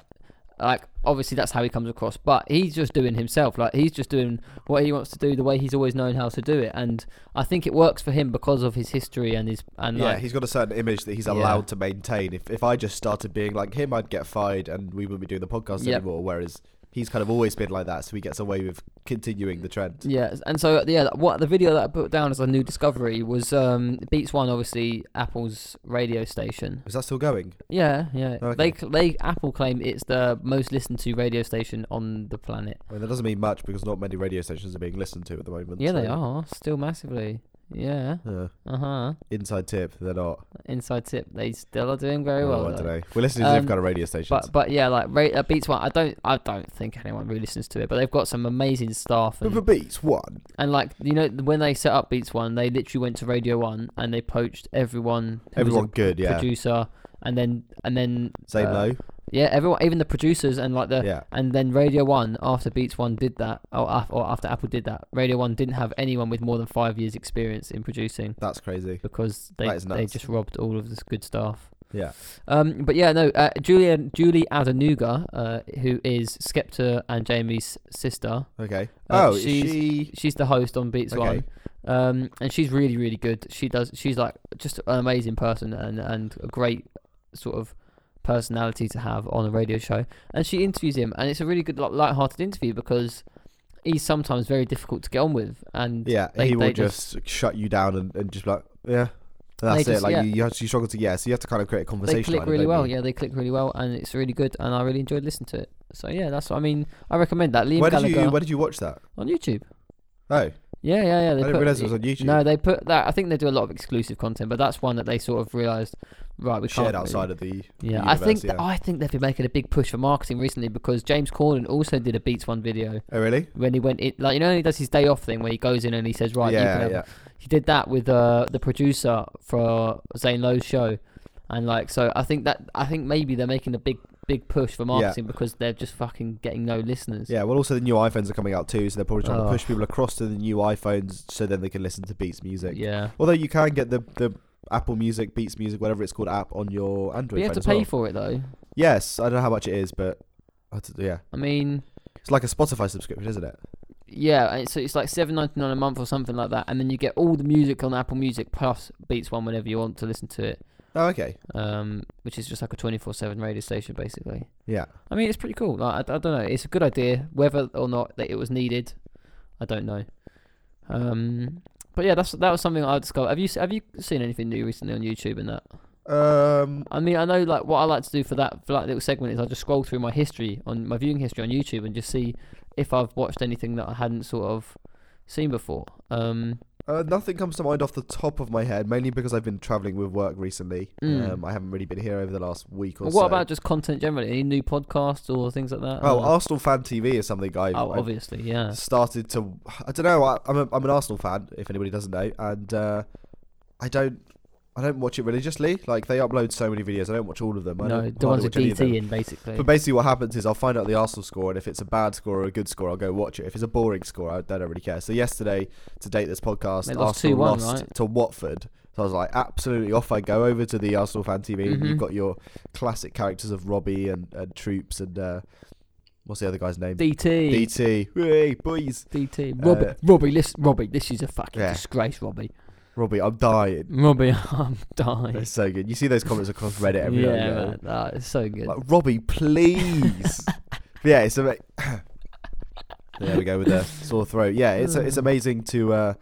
Speaker 1: Like, obviously, that's how he comes across. But he's just doing himself. Like, he's just doing what he wants to do the way he's always known how to do it. And I think it works for him because of his history and his and
Speaker 2: yeah.
Speaker 1: like
Speaker 2: He's got a certain image that he's
Speaker 1: Yeah.
Speaker 2: allowed to maintain. If if I just started being like him, I'd get fired, and we wouldn't be doing the podcast
Speaker 1: Yep.
Speaker 2: anymore. Whereas he's kind of always been like that, so he gets away with continuing the trend.
Speaker 1: Yeah, and so yeah, what the video that I put down as a new discovery was um, Beats One, obviously Apple's radio station.
Speaker 2: Is that still going?
Speaker 1: Yeah, yeah.
Speaker 2: Okay.
Speaker 1: They c- they Apple claim it's the most listened to radio station on the planet.
Speaker 2: I mean, that doesn't mean much because not many radio stations are being listened to at the moment.
Speaker 1: Yeah, they
Speaker 2: so-
Speaker 1: are still massively. Yeah.
Speaker 2: Yeah.
Speaker 1: Uh huh.
Speaker 2: inside tip, they're not.
Speaker 1: Inside tip, they still are doing very
Speaker 2: Oh,
Speaker 1: well.
Speaker 2: I
Speaker 1: though.
Speaker 2: don't know. We're listening to
Speaker 1: Um,
Speaker 2: different kind of radio stations.
Speaker 1: But but yeah, like ra- uh, Beats One, I don't I don't think anyone really listens to it, but they've got some amazing staff
Speaker 2: But,
Speaker 1: and,
Speaker 2: for beats one.
Speaker 1: and like you know when they set up Beats One, they literally went to Radio One and they poached everyone, who was a
Speaker 2: Everyone good, yeah.
Speaker 1: producer, and then and then
Speaker 2: Say
Speaker 1: uh,
Speaker 2: no.
Speaker 1: yeah, everyone, even the producers and like the.
Speaker 2: Yeah.
Speaker 1: And then Radio One, after Beats One did that, or, af- or after Apple did that, Radio One didn't have anyone with more than five years' experience in producing
Speaker 2: That's crazy.
Speaker 1: because they
Speaker 2: That is
Speaker 1: they
Speaker 2: nuts.
Speaker 1: just robbed all of this good staff.
Speaker 2: Yeah.
Speaker 1: Um, but yeah, no, uh, Julia Julie Adenuga, uh, who is Skepta and Jamie's sister,
Speaker 2: Okay.
Speaker 1: Uh,
Speaker 2: oh, is
Speaker 1: she's-
Speaker 2: she.
Speaker 1: she's the host on Beats
Speaker 2: Okay.
Speaker 1: One, um, and she's really really good. She does she's like just an amazing person and and a great sort of personality to have on a radio show. And she interviews him, and it's a really good like, light-hearted interview because he's sometimes very difficult to get on with, and
Speaker 2: Yeah,
Speaker 1: they-
Speaker 2: he will
Speaker 1: they
Speaker 2: just,
Speaker 1: just-
Speaker 2: shut you down and, and just be like, yeah. And that's
Speaker 1: just-
Speaker 2: it. Like
Speaker 1: yeah.
Speaker 2: you, you, have, you struggle to yeah. So you have to kind of create a
Speaker 1: they
Speaker 2: conversation.
Speaker 1: click
Speaker 2: out of it,
Speaker 1: really
Speaker 2: don't
Speaker 1: well.
Speaker 2: you?
Speaker 1: Yeah, they click really well, and it's really good, and I really enjoyed listening to it. So yeah, that's what I mean. I recommend that Liam
Speaker 2: Where did
Speaker 1: Gallagher
Speaker 2: you Where did you watch that?
Speaker 1: on YouTube.
Speaker 2: Oh,
Speaker 1: Yeah, yeah, yeah. They
Speaker 2: I didn't
Speaker 1: put-
Speaker 2: realize it was on YouTube.
Speaker 1: No, they put that. I think they do a lot of exclusive content, but that's one that they sort of realised. Right, we
Speaker 2: shared
Speaker 1: can't really-
Speaker 2: outside of the.
Speaker 1: Yeah,
Speaker 2: the
Speaker 1: I think
Speaker 2: universe,
Speaker 1: th-
Speaker 2: yeah.
Speaker 1: I think they've been making a big push for marketing recently because James Corden also did a Beats One video
Speaker 2: Oh really?
Speaker 1: when he went in, like you know he does his day off thing where he goes in and he says right, you can
Speaker 2: yeah,
Speaker 1: have-
Speaker 2: yeah.
Speaker 1: he did that with uh, the producer for Zane Lowe's show, and like so I think that I think maybe they're making a big big push for marketing because they're just fucking getting no listeners.
Speaker 2: Yeah, well, also the new iPhones are coming out too, so they're probably trying
Speaker 1: Oh.
Speaker 2: to push people across to the new iPhones so then they can listen to Beats music.
Speaker 1: yeah.
Speaker 2: Although you can get the the Apple Music, Beats Music, whatever it's called, app on your
Speaker 1: But
Speaker 2: Android.
Speaker 1: you have
Speaker 2: phone
Speaker 1: to
Speaker 2: as
Speaker 1: pay
Speaker 2: well.
Speaker 1: for it though.
Speaker 2: Yes, I don't know how much it is, but I d- yeah,
Speaker 1: I mean.
Speaker 2: it's like a Spotify subscription, isn't it?
Speaker 1: Yeah, and so it's like seven ninety nine a month or something like that, and then you get all the music on Apple Music plus Beats One whenever you want to listen to it,
Speaker 2: Oh, okay.
Speaker 1: um, which is just like a twenty four seven radio station basically.
Speaker 2: Yeah,
Speaker 1: I mean, it's pretty cool. Like, I, I don't know, it's a good idea. Whether or not that it was needed, I don't know. Um, but yeah, that's that was something I discovered. Have you s- have you seen anything new recently on YouTube and that?
Speaker 2: um,
Speaker 1: I mean, I know like what I like to do for that for that little segment is I just scroll through my history on my viewing history on YouTube and just see if I've watched anything that I hadn't sort of seen before. Um,
Speaker 2: uh, nothing comes to mind off the top of my head, mainly because I've been traveling with work recently.
Speaker 1: Mm.
Speaker 2: Um, I haven't really been here over the last week or
Speaker 1: what
Speaker 2: so.
Speaker 1: about just content generally? Any new podcasts or things like that?
Speaker 2: Oh,
Speaker 1: Uh,
Speaker 2: Arsenal fan TV is something I,
Speaker 1: oh,
Speaker 2: I
Speaker 1: obviously, yeah.
Speaker 2: started to. I don't know. I, I'm a, I'm an Arsenal fan. If anybody doesn't know, and uh, I don't I don't watch it religiously. Like they upload so many videos, I don't watch all of them. I
Speaker 1: No,
Speaker 2: don't
Speaker 1: the ones
Speaker 2: hardly
Speaker 1: with
Speaker 2: watch any of
Speaker 1: DT in
Speaker 2: them.
Speaker 1: basically.
Speaker 2: But basically, what happens is I'll find out the Arsenal score, and if it's a bad score or a good score, I'll go watch it. If it's a boring score, I I don't really care. So yesterday, to date this podcast,
Speaker 1: They lost
Speaker 2: Arsenal
Speaker 1: 2-1,
Speaker 2: lost
Speaker 1: right?
Speaker 2: to Watford. So I was like, absolutely off I go over to the Arsenal fan TV. and
Speaker 1: Mhm.
Speaker 2: You've got your classic characters of Robbie and, and Troops and uh, what's the other guy's name?
Speaker 1: DT.
Speaker 2: DT. Hey, boys.
Speaker 1: DT.
Speaker 2: Uh,
Speaker 1: Robbie, Robbie, listen, Robbie, this is a fucking
Speaker 2: Yeah.
Speaker 1: disgrace, Robbie.
Speaker 2: Robbie, I'm dying.
Speaker 1: Robbie, I'm dying.
Speaker 2: That's so good. You see those comments across Reddit every
Speaker 1: yeah,
Speaker 2: now and then.
Speaker 1: man, that is so good.
Speaker 2: Like, Robbie, please. yeah, it's ama- there we go with the sore throat. Yeah, it's
Speaker 1: Mm.
Speaker 2: it's amazing to uh,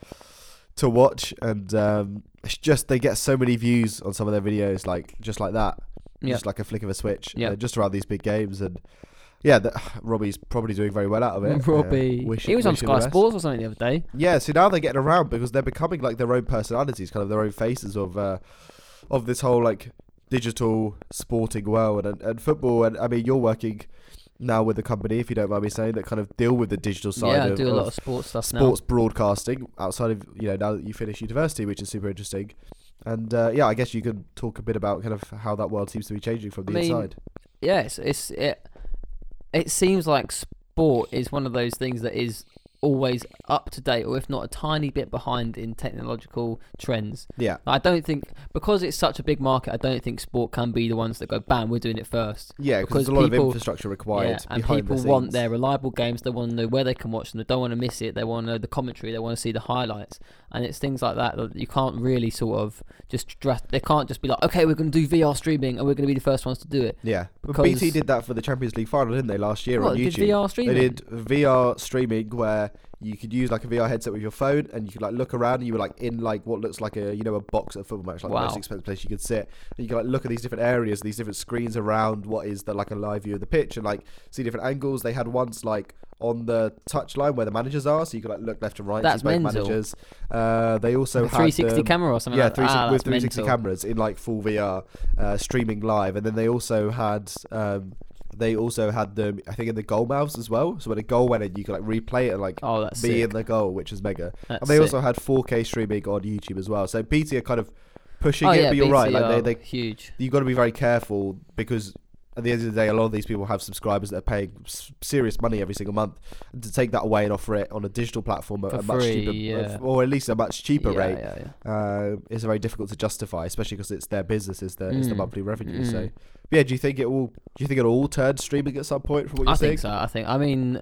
Speaker 2: to watch, and um, it's just they get so many views on some of their videos, like just like that,
Speaker 1: Yeah.
Speaker 2: just like a flick of a switch,
Speaker 1: Yeah.
Speaker 2: uh, just around these big games, and yeah, the, Robbie's probably doing very well out of it. Uh,
Speaker 1: Robbie,
Speaker 2: wish-
Speaker 1: he was on
Speaker 2: wish him the
Speaker 1: Sky
Speaker 2: best.
Speaker 1: Sports or something the other day.
Speaker 2: Yeah, so now they're getting around because they're becoming like their own personalities, kind of their own faces of uh, of this whole like digital sporting world and, and football. And I mean, you're working now with a company, if you don't mind me saying, that kind of deal with the digital side
Speaker 1: Yeah, I
Speaker 2: of,
Speaker 1: do a lot
Speaker 2: of
Speaker 1: of sports stuff now.
Speaker 2: sports broadcasting outside of you know now that you finish university, which is super interesting. And uh, yeah, I guess you could talk a bit about kind of how that world seems to be changing from
Speaker 1: I
Speaker 2: the
Speaker 1: mean,
Speaker 2: inside.
Speaker 1: yes, it's it. It seems like sport is one of those things that is always up to date, or if not a tiny bit behind in technological trends.
Speaker 2: Yeah.
Speaker 1: I don't think because it's such a big market, I don't think sport can be the ones that go, "Bam, we're doing it first.
Speaker 2: Yeah,
Speaker 1: Because
Speaker 2: because there's a lot of
Speaker 1: people-
Speaker 2: infrastructure required
Speaker 1: and
Speaker 2: behind
Speaker 1: people
Speaker 2: the
Speaker 1: want
Speaker 2: scenes.
Speaker 1: their reliable games. They want to know where they can watch them. They don't want to miss it. They want to know the commentary. They want to see the highlights. And it's things like that that you can't really sort of just dress. They can't just be like, okay, we're going to do VR streaming and we're going to be the first ones to do it.
Speaker 2: Yeah, but
Speaker 1: Because-
Speaker 2: BT did that for the Champions League final, didn't they, last year
Speaker 1: What,
Speaker 2: on
Speaker 1: they did
Speaker 2: YouTube?
Speaker 1: VR streaming?
Speaker 2: They did VR streaming where you could use like a VR headset with your phone, and you could like look around, and you were like in like what looks like a you know a box at a football match, like the most
Speaker 1: Wow.
Speaker 2: expensive place you could sit, and you could like look at these different areas, these different screens around what is the like a live view of the pitch, and like see different angles. They had once like on the touchline where the managers are, so you could like look left and right.
Speaker 1: That's
Speaker 2: see both
Speaker 1: mental.
Speaker 2: managers. Uh, they also
Speaker 1: A
Speaker 2: had
Speaker 1: 360
Speaker 2: um,
Speaker 1: camera or something
Speaker 2: yeah,
Speaker 1: like that.
Speaker 2: 360
Speaker 1: Ah,
Speaker 2: with
Speaker 1: that's
Speaker 2: 360
Speaker 1: mental.
Speaker 2: cameras in like full VR, uh, streaming live, and then they also had. Um, they also had them, I think, in the goal mouths as well. So when a goal went in, you could like replay it and like
Speaker 1: Oh, that's
Speaker 2: be
Speaker 1: sick.
Speaker 2: in the goal, which is mega.
Speaker 1: That's
Speaker 2: and they
Speaker 1: sick.
Speaker 2: also had 4K streaming on YouTube as well. So BT are kind of pushing
Speaker 1: oh,
Speaker 2: it,
Speaker 1: yeah,
Speaker 2: but you're right.
Speaker 1: BT
Speaker 2: Like they,
Speaker 1: are
Speaker 2: they,
Speaker 1: huge.
Speaker 2: you've got to be very careful because at the end of the day, a lot of these people have subscribers that are paying s- serious money every single month. And to take that away and offer it on a digital platform at
Speaker 1: For
Speaker 2: a much
Speaker 1: free,
Speaker 2: cheaper,
Speaker 1: yeah.
Speaker 2: or at least a much cheaper
Speaker 1: yeah,
Speaker 2: rate,
Speaker 1: Yeah, yeah.
Speaker 2: uh, is very difficult to justify, especially because it's their business, is the is the
Speaker 1: Mm.
Speaker 2: monthly revenue. So,
Speaker 1: Mm.
Speaker 2: but yeah, do you think it will? Do you think it'll all turn streaming at some point? From what you're
Speaker 1: I
Speaker 2: saying,
Speaker 1: think so. I think. I mean,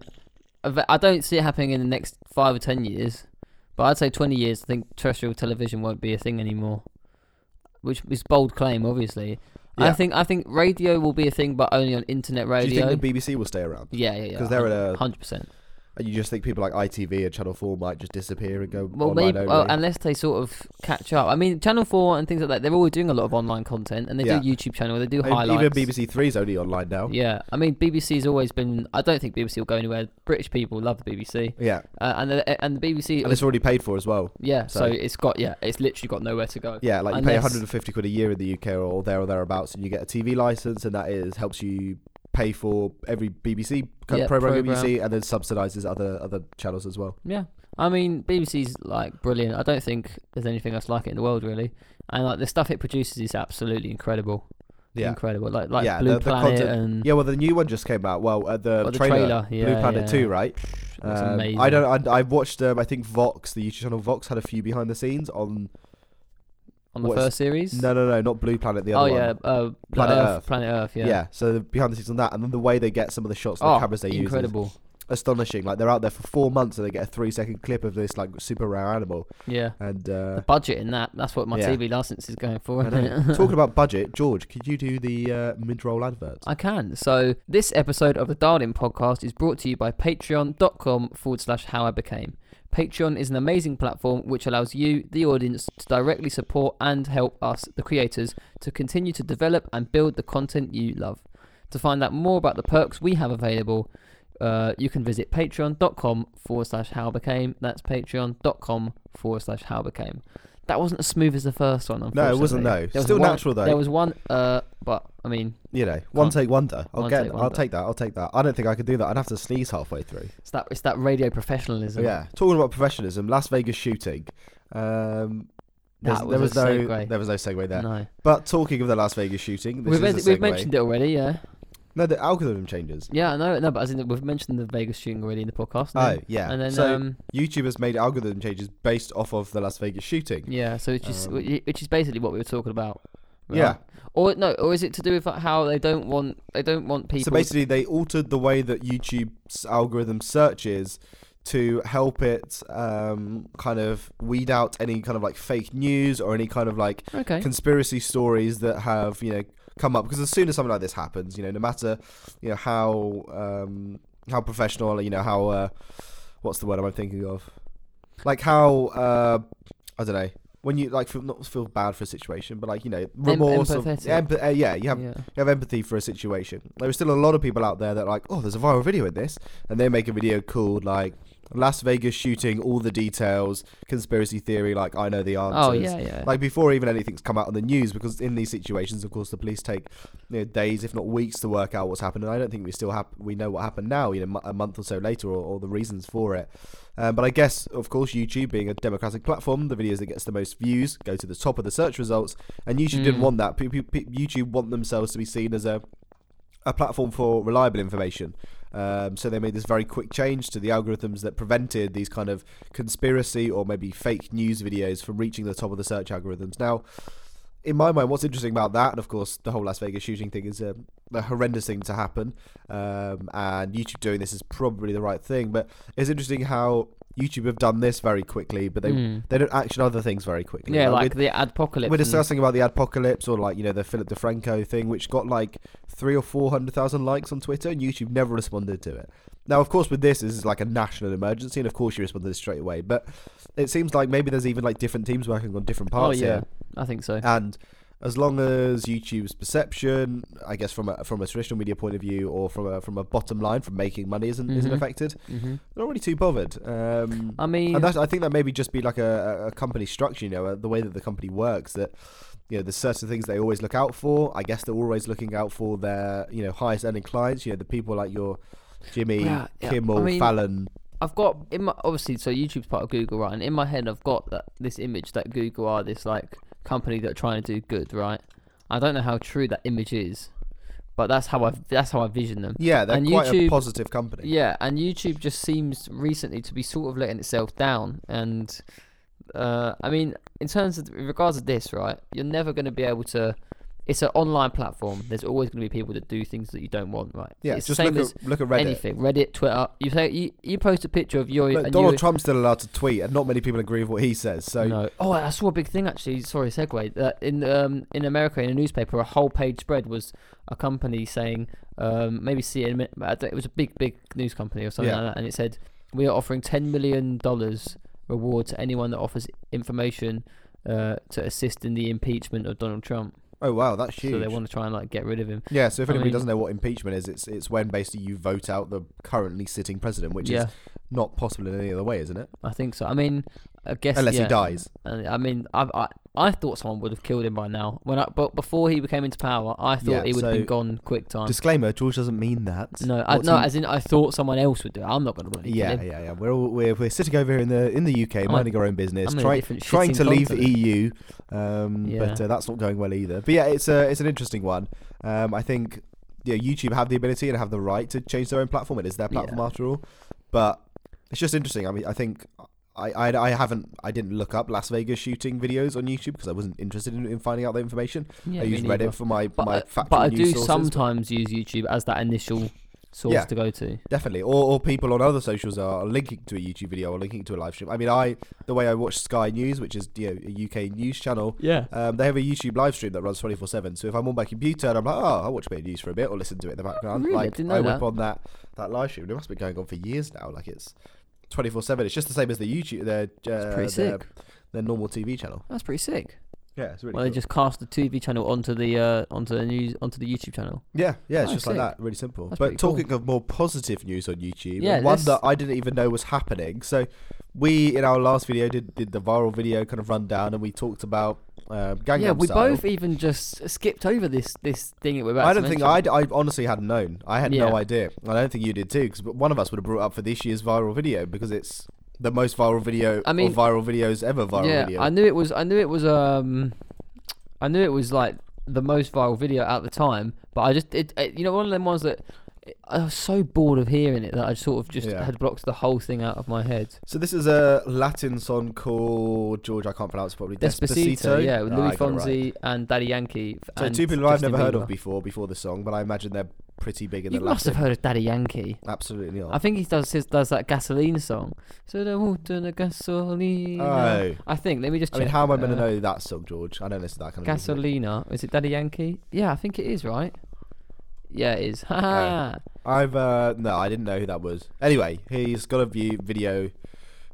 Speaker 1: ev- I don't see it happening in the next five or ten years, but I'd say twenty years. I think terrestrial television won't be a thing anymore, which is bold claim, obviously. I
Speaker 2: Yeah.
Speaker 1: think. I think radio will be a thing, but only on internet
Speaker 2: do you
Speaker 1: radio.
Speaker 2: think the BBC will stay around?
Speaker 1: yeah, yeah, yeah.
Speaker 2: 'Cause they're at a-
Speaker 1: hundred percent.
Speaker 2: And you just think people like ITV and Channel Four might just disappear and go
Speaker 1: Well,
Speaker 2: online
Speaker 1: maybe
Speaker 2: only?
Speaker 1: well, unless they sort of catch up. I mean, Channel Four and things like that. They're always doing a lot of online content, and they
Speaker 2: Yeah.
Speaker 1: do YouTube channel. They do
Speaker 2: I mean,
Speaker 1: highlights.
Speaker 2: even BBC Three's only online now.
Speaker 1: Yeah, I mean, BBC's always been. I don't think BBC will go anywhere. British people love the BBC,
Speaker 2: Yeah,
Speaker 1: uh, and the, and the BBC
Speaker 2: and it's already paid for as well.
Speaker 1: Yeah, so,
Speaker 2: So-
Speaker 1: it's got yeah, it's literally got nowhere to go.
Speaker 2: Yeah, like you pay
Speaker 1: Unless-
Speaker 2: 150 quid a year in the UK or there or thereabouts, and you get a TV license, and that is helps you pay for every BBC co-
Speaker 1: Yeah,
Speaker 2: program,
Speaker 1: programme.
Speaker 2: BBC, and then subsidizes other other channels as well.
Speaker 1: Yeah. I mean, BBC's like brilliant. I don't think there's anything else like it in the world really. And like the stuff it produces is absolutely incredible.
Speaker 2: Yeah.
Speaker 1: Incredible. Like like
Speaker 2: Yeah,
Speaker 1: Blue
Speaker 2: the- the
Speaker 1: Planet
Speaker 2: content-
Speaker 1: and
Speaker 2: Yeah, well, the new one just came out. Well, uh, the,
Speaker 1: Oh, the
Speaker 2: trailer,
Speaker 1: trailer,
Speaker 2: Blue
Speaker 1: yeah,
Speaker 2: Planet
Speaker 1: yeah.
Speaker 2: Two, right?
Speaker 1: that's
Speaker 2: Um,
Speaker 1: amazing.
Speaker 2: I don't. I, I watched. Um, I think Vox, the YouTube channel Vox, had a few behind the scenes on.
Speaker 1: on the
Speaker 2: what is-
Speaker 1: first series.
Speaker 2: No, no, no, not Blue Planet. The
Speaker 1: oh
Speaker 2: other
Speaker 1: yeah,
Speaker 2: one.
Speaker 1: uh,
Speaker 2: Planet
Speaker 1: Planet Earth,
Speaker 2: Earth.
Speaker 1: Planet Earth, yeah.
Speaker 2: yeah. So the behind the scenes on that, and then the way they get some of the shots, and
Speaker 1: Oh,
Speaker 2: the cameras they use,
Speaker 1: incredible.
Speaker 2: is astonishing. Like they're out there for four months and they get a three-second clip of this like super rare animal.
Speaker 1: Yeah.
Speaker 2: And
Speaker 1: The
Speaker 2: uh,
Speaker 1: budget in that, that's what my
Speaker 2: Yeah.
Speaker 1: TV license is going for.
Speaker 2: I
Speaker 1: isn't
Speaker 2: know.
Speaker 1: it?
Speaker 2: talking about budget, George, could you do the uh, mid-roll advert?
Speaker 1: I can. So this episode of the Dialed In podcast is brought to you by patreon.com forward slash how I became. Patreon is an amazing platform which allows you, the audience, to directly support and help us, the creators, to continue to develop and build the content you love. To find out more about the perks we have available, uh, you can visit patreon.com forward slash how I became. That's patreon.com forward slash how I became. That wasn't as smooth as the first one,
Speaker 2: no,
Speaker 1: unfortunately.
Speaker 2: it wasn't. No,
Speaker 1: There was
Speaker 2: still
Speaker 1: one-
Speaker 2: natural though.
Speaker 1: There was one, uh, but I mean,
Speaker 2: you know, one
Speaker 1: Can't-
Speaker 2: take wonder. I'll
Speaker 1: One
Speaker 2: get.
Speaker 1: take
Speaker 2: I'll
Speaker 1: wonder.
Speaker 2: take that. I'll take that. I don't think I could do that. I'd have to sneeze halfway through.
Speaker 1: It's that it's that radio professionalism.
Speaker 2: yeah, talking about professionalism, Las Vegas shooting. Um, there's-
Speaker 1: That
Speaker 2: there
Speaker 1: was
Speaker 2: was no
Speaker 1: a segue.
Speaker 2: there was no segue there.
Speaker 1: No.
Speaker 2: But talking of the Las Vegas shooting, this
Speaker 1: We've,
Speaker 2: is a
Speaker 1: we've
Speaker 2: segue.
Speaker 1: mentioned it already, yeah.
Speaker 2: no, the algorithm changes.
Speaker 1: Yeah, I know, no, but as in we've mentioned the Vegas shooting already in the podcast. no?
Speaker 2: Oh yeah,
Speaker 1: And then
Speaker 2: so
Speaker 1: um
Speaker 2: YouTube has made algorithm changes based off of the Las Vegas shooting.
Speaker 1: yeah, so it's just
Speaker 2: um,
Speaker 1: whi- which is basically what we were talking about. right?
Speaker 2: Yeah,
Speaker 1: Or no, or is it to do with like, how they don't want they don't want people
Speaker 2: so basically they altered the way that YouTube's algorithm searches to help it um, kind of weed out any kind of like fake news or any kind of like
Speaker 1: Okay.
Speaker 2: conspiracy stories that have you know come up because as soon as something like this happens, you know, no matter you know how um, how professional, you know, how uh, what's the word I'm thinking of, like how uh, I don't know when you like feel, not feel bad for a situation, but like you know remorse, of-
Speaker 1: empathetic.
Speaker 2: empa- uh, yeah, you have
Speaker 1: yeah.
Speaker 2: you have empathy for a situation. There are still a lot of people out there that are like, oh, there's a viral video in this, and they make a video called like Las Vegas shooting, all the details, conspiracy theory, like I know the answers
Speaker 1: Oh yeah, yeah.
Speaker 2: like before even anything's come out on the news because in these situations of course the police take you know, days if not weeks to work out what's happened and i don't think we still have we know what happened now you know mo- a month or so later or, or the reasons for it um, but i guess of course youtube being a democratic platform the videos that gets the most views go to the top of the search results and youtube didn't
Speaker 1: Mm.
Speaker 2: want that Pe- pe- pe- youtube want themselves to be seen as a a platform for reliable information. Um, so they made this very quick change to the algorithms that prevented these kind of conspiracy or maybe fake news videos from reaching the top of the search algorithms. Now, in my mind, what's interesting about that, and of course, the whole Las Vegas shooting thing is um, a, a horrendous thing to happen. Um, and YouTube doing this is probably the right thing. But it's interesting how YouTube have done this very quickly, but they
Speaker 1: Mm.
Speaker 2: they don't action other things very quickly.
Speaker 1: yeah, like
Speaker 2: Like,
Speaker 1: the adpocalypse.
Speaker 2: we're
Speaker 1: and-
Speaker 2: discussing about the apocalypse or like you know the Philip DeFranco thing, which got like three or four hundred thousand likes on Twitter, and YouTube never responded to it. Now, of course, with this, this is like a national emergency, and of course, you respond to this straight away. But it seems like maybe there's even like different teams working on different
Speaker 1: Oh
Speaker 2: parts
Speaker 1: yeah,
Speaker 2: here,
Speaker 1: I think so.
Speaker 2: and as long as YouTube's perception, I guess from a from a traditional media point of view, or from a from a bottom line from making money isn't isn't
Speaker 1: Mhm.
Speaker 2: affected,
Speaker 1: hmm
Speaker 2: they're not really too bothered. Um,
Speaker 1: I mean,
Speaker 2: and that, I think that maybe just be like a, a- a company structure, you know, uh, the way that the company works. That you know, there's certain things they always look out for. I guess they're always looking out for their you know highest earning clients. You know, the people like your Jimmy
Speaker 1: Yeah, yeah.
Speaker 2: Kimmel,
Speaker 1: I mean-
Speaker 2: Fallon.
Speaker 1: I've got in my obviously so YouTube's part of Google, right? And in my head, I've got that, this image that Google are this like company that are trying to do good, right? I don't know how true that image is, but that's how I that's how I vision them.
Speaker 2: Yeah, they're
Speaker 1: And
Speaker 2: quite a
Speaker 1: YouTube-
Speaker 2: positive company.
Speaker 1: Yeah, and YouTube just seems recently to be sort of letting itself down. And uh, I mean, in terms of in regards to this, right? You're never going to be able to. It's an online platform. There's always going to be people that do things that you don't want, right?
Speaker 2: Yeah,
Speaker 1: it's the
Speaker 2: just
Speaker 1: same
Speaker 2: look
Speaker 1: as
Speaker 2: at look at Reddit.
Speaker 1: anything. Reddit, Twitter. You say you, you post a picture of your
Speaker 2: Look,
Speaker 1: and
Speaker 2: Donald
Speaker 1: you,
Speaker 2: Trump's still allowed to tweet, and not many people agree with what he says. So
Speaker 1: no. Oh, I saw a big thing actually. Sorry, segue. That in um in America in a newspaper, a whole page spread was a company saying um maybe CNN. I don't- It was a big big news company or something
Speaker 2: Yeah.
Speaker 1: like that, and it said we are offering ten million dollars reward to anyone that offers information uh to assist in the impeachment of Donald Trump.
Speaker 2: oh wow, that's huge.
Speaker 1: So they want to try and like get rid of him.
Speaker 2: yeah, so if
Speaker 1: I
Speaker 2: anybody
Speaker 1: mean-
Speaker 2: doesn't know what impeachment is, it's it's when basically you vote out the currently sitting president, which
Speaker 1: yeah,
Speaker 2: is not possible in any other way, isn't it?
Speaker 1: I think so. I mean, I guess
Speaker 2: Unless
Speaker 1: yeah. Uh-huh.
Speaker 2: he dies.
Speaker 1: And I mean, I, I I thought someone would have killed him by now. When I, but before he came into power, I thought
Speaker 2: Yeah,
Speaker 1: he would have
Speaker 2: so-
Speaker 1: been gone quick time.
Speaker 2: Disclaimer: George doesn't mean that.
Speaker 1: no, I,
Speaker 2: What's
Speaker 1: no,
Speaker 2: he-
Speaker 1: as in I thought someone else would do it. I'm not going to really
Speaker 2: yeah,
Speaker 1: kill him.
Speaker 2: yeah, yeah. We're all we're, we're sitting over here in the in the UK,
Speaker 1: I'm a-
Speaker 2: minding our own business,
Speaker 1: I'm in a
Speaker 2: trying
Speaker 1: different
Speaker 2: trying
Speaker 1: shitting
Speaker 2: to leave the
Speaker 1: continent.
Speaker 2: EU, um, but
Speaker 1: Yeah.
Speaker 2: uh, that's not going well either. But yeah, it's a it's an interesting one. Um, I think yeah, YouTube have the ability and have the right to change their own platform. It is their
Speaker 1: Yeah.
Speaker 2: platform after all. But it's just interesting. I mean, I think. I, I, I haven't I didn't look up Las Vegas shooting videos on YouTube because I wasn't interested in, in finding out the information.
Speaker 1: Yeah,
Speaker 2: I
Speaker 1: me
Speaker 2: used
Speaker 1: neither.
Speaker 2: Reddit for my
Speaker 1: But,
Speaker 2: my
Speaker 1: I-
Speaker 2: factual
Speaker 1: but I
Speaker 2: news
Speaker 1: do
Speaker 2: sources.
Speaker 1: sometimes use YouTube as that initial source
Speaker 2: Yeah.
Speaker 1: to go to.
Speaker 2: Definitely, or, or people on other socials are linking to a YouTube video or linking to a live stream. I mean, I the way I watch Sky News, which is you know, a UK news channel,
Speaker 1: Yeah.
Speaker 2: um, they have a YouTube live stream that runs twenty four seven. So if I'm on my computer and I'm like, oh, I'll watch a bit of news for a bit or listen to it in the background,
Speaker 1: really? I
Speaker 2: like
Speaker 1: didn't
Speaker 2: I
Speaker 1: know
Speaker 2: whip
Speaker 1: that.
Speaker 2: on that that live stream. It must have been going on for years now. Like it's twenty four seven. It's just the same as the YouTube their uh,
Speaker 1: That's pretty
Speaker 2: their,
Speaker 1: sick.
Speaker 2: their normal TV channel.
Speaker 1: That's pretty sick.
Speaker 2: Yeah, it's really
Speaker 1: Well,
Speaker 2: cool.
Speaker 1: they just cast the TV channel onto the uh, onto the news onto the YouTube channel.
Speaker 2: Yeah, yeah, it's
Speaker 1: Oh,
Speaker 2: just
Speaker 1: sick.
Speaker 2: like that. Really simple.
Speaker 1: That's
Speaker 2: but
Speaker 1: pretty cool.
Speaker 2: talking of more positive news on YouTube,
Speaker 1: Yeah,
Speaker 2: and one
Speaker 1: let's-
Speaker 2: that I didn't even know was happening. So, we in our last video did, did the viral video kind of rundown, and we talked about um, Gangnam
Speaker 1: yeah, we
Speaker 2: Style.
Speaker 1: both even just skipped over this this thing that we're about
Speaker 2: I
Speaker 1: to
Speaker 2: don't think
Speaker 1: mention.
Speaker 2: I'd, I honestly hadn't known. I had
Speaker 1: Yeah.
Speaker 2: no idea. I don't think you did too, because one of us would have brought it up for this year's viral video because it's the most viral video
Speaker 1: I
Speaker 2: or
Speaker 1: mean-
Speaker 2: viral videos ever. Viral
Speaker 1: yeah,
Speaker 2: video.
Speaker 1: I knew it was. I knew it was. Um, I knew it was like the most viral video at the time. But I just, it, it you know, one of them ones that I was so bored of hearing it that I sort of just
Speaker 2: Yeah.
Speaker 1: had blocked the whole thing out of my head.
Speaker 2: So this is a Latin song called George. I can't pronounce it properly.
Speaker 1: Despacito, yeah, with
Speaker 2: Ah,
Speaker 1: Louis
Speaker 2: I got it right.
Speaker 1: Fonsi and Daddy Yankee. f-
Speaker 2: So
Speaker 1: and
Speaker 2: two people I've
Speaker 1: Justin
Speaker 2: never heard
Speaker 1: Bieber.
Speaker 2: of before before the song, but I imagine they're pretty big in
Speaker 1: You
Speaker 2: the Oh.
Speaker 1: must have
Speaker 2: Latin.
Speaker 1: heard of Daddy Yankee.
Speaker 2: Absolutely not.
Speaker 1: I think he does his, does that gasoline song. So the water, the gasolina.
Speaker 2: oh,
Speaker 1: I think. Let me just.
Speaker 2: I mean,
Speaker 1: check.
Speaker 2: how am I going to
Speaker 1: Uh,
Speaker 2: know that song, George? I don't listen to that kind of music.
Speaker 1: Gasolina. Is it Daddy Yankee? Yeah, I think it is, right? Yeah, it is. Ha ha.
Speaker 2: I've uh, no, I didn't know who that was. Anyway, he's got a view video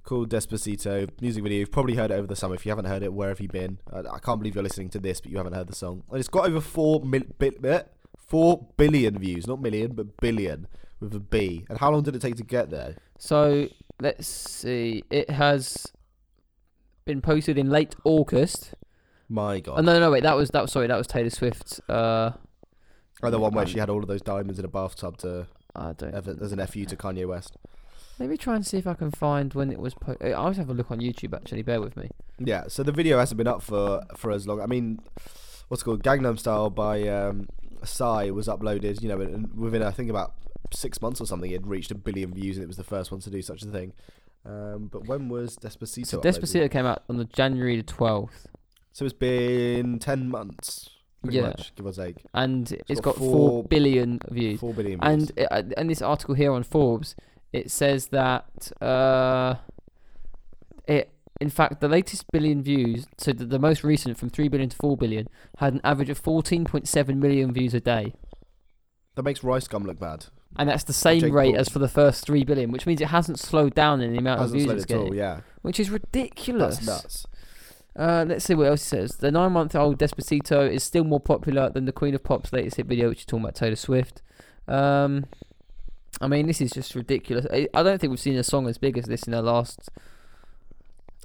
Speaker 2: called Despacito music video. You've probably heard it over the summer. If you haven't heard it, where have you been? I, I can't believe you're listening to this, but you haven't heard the song. And it's got over four mil- bit, bit, four billion views, not million, but billion with a B. And how long did it take to get there?
Speaker 1: So let's see. It has been posted in late August.
Speaker 2: My God.
Speaker 1: Oh no, no, wait. That was that. Was, sorry, that was Taylor Swift's. Uh,
Speaker 2: Or the one where
Speaker 1: Um,
Speaker 2: she had all of those diamonds in a bathtub to
Speaker 1: I don't.
Speaker 2: ev- as an fu to Kanye West.
Speaker 1: Let me try and see if I can find when it was. Po- I'll just have a look on YouTube. Actually, bear with me.
Speaker 2: Yeah, so the video hasn't been up for for as long. I mean, what's it called Gangnam Style by um, Psy was uploaded, you know, and- and within I think about six months or something, it had reached a billion views, and it was the first one to do such a thing. Um, but when was Despacito?
Speaker 1: So
Speaker 2: uploaded?
Speaker 1: Despacito came out on the January the twelfth,
Speaker 2: So it's been ten months, pretty
Speaker 1: Yeah.
Speaker 2: much, give or take,
Speaker 1: and it's, got,
Speaker 2: got
Speaker 1: four
Speaker 2: four-
Speaker 1: billion views.
Speaker 2: four billion. Views.
Speaker 1: And uh, and this article here on Forbes, it says that uh, it in fact the latest billion views, so the, the most recent from three billion to four billion, had an average of fourteen point seven million views a day,
Speaker 2: that makes Rice Gum look bad.
Speaker 1: and that's the same
Speaker 2: Jake
Speaker 1: rate
Speaker 2: Paul.
Speaker 1: as for the first three billion, which means it hasn't slowed down in the amount of
Speaker 2: Hasn't
Speaker 1: Oh, views
Speaker 2: slowed
Speaker 1: it's
Speaker 2: at all.
Speaker 1: getting,
Speaker 2: Yeah,
Speaker 1: which is ridiculous.
Speaker 2: that's nuts.
Speaker 1: Uh, let's see what else it says. The nine-month-old Despacito is still more popular than the Queen of Pop's latest hit video, which is talking about Taylor Swift. Um, I mean, this is just ridiculous. I, I don't think we've seen a song as big as this in the last.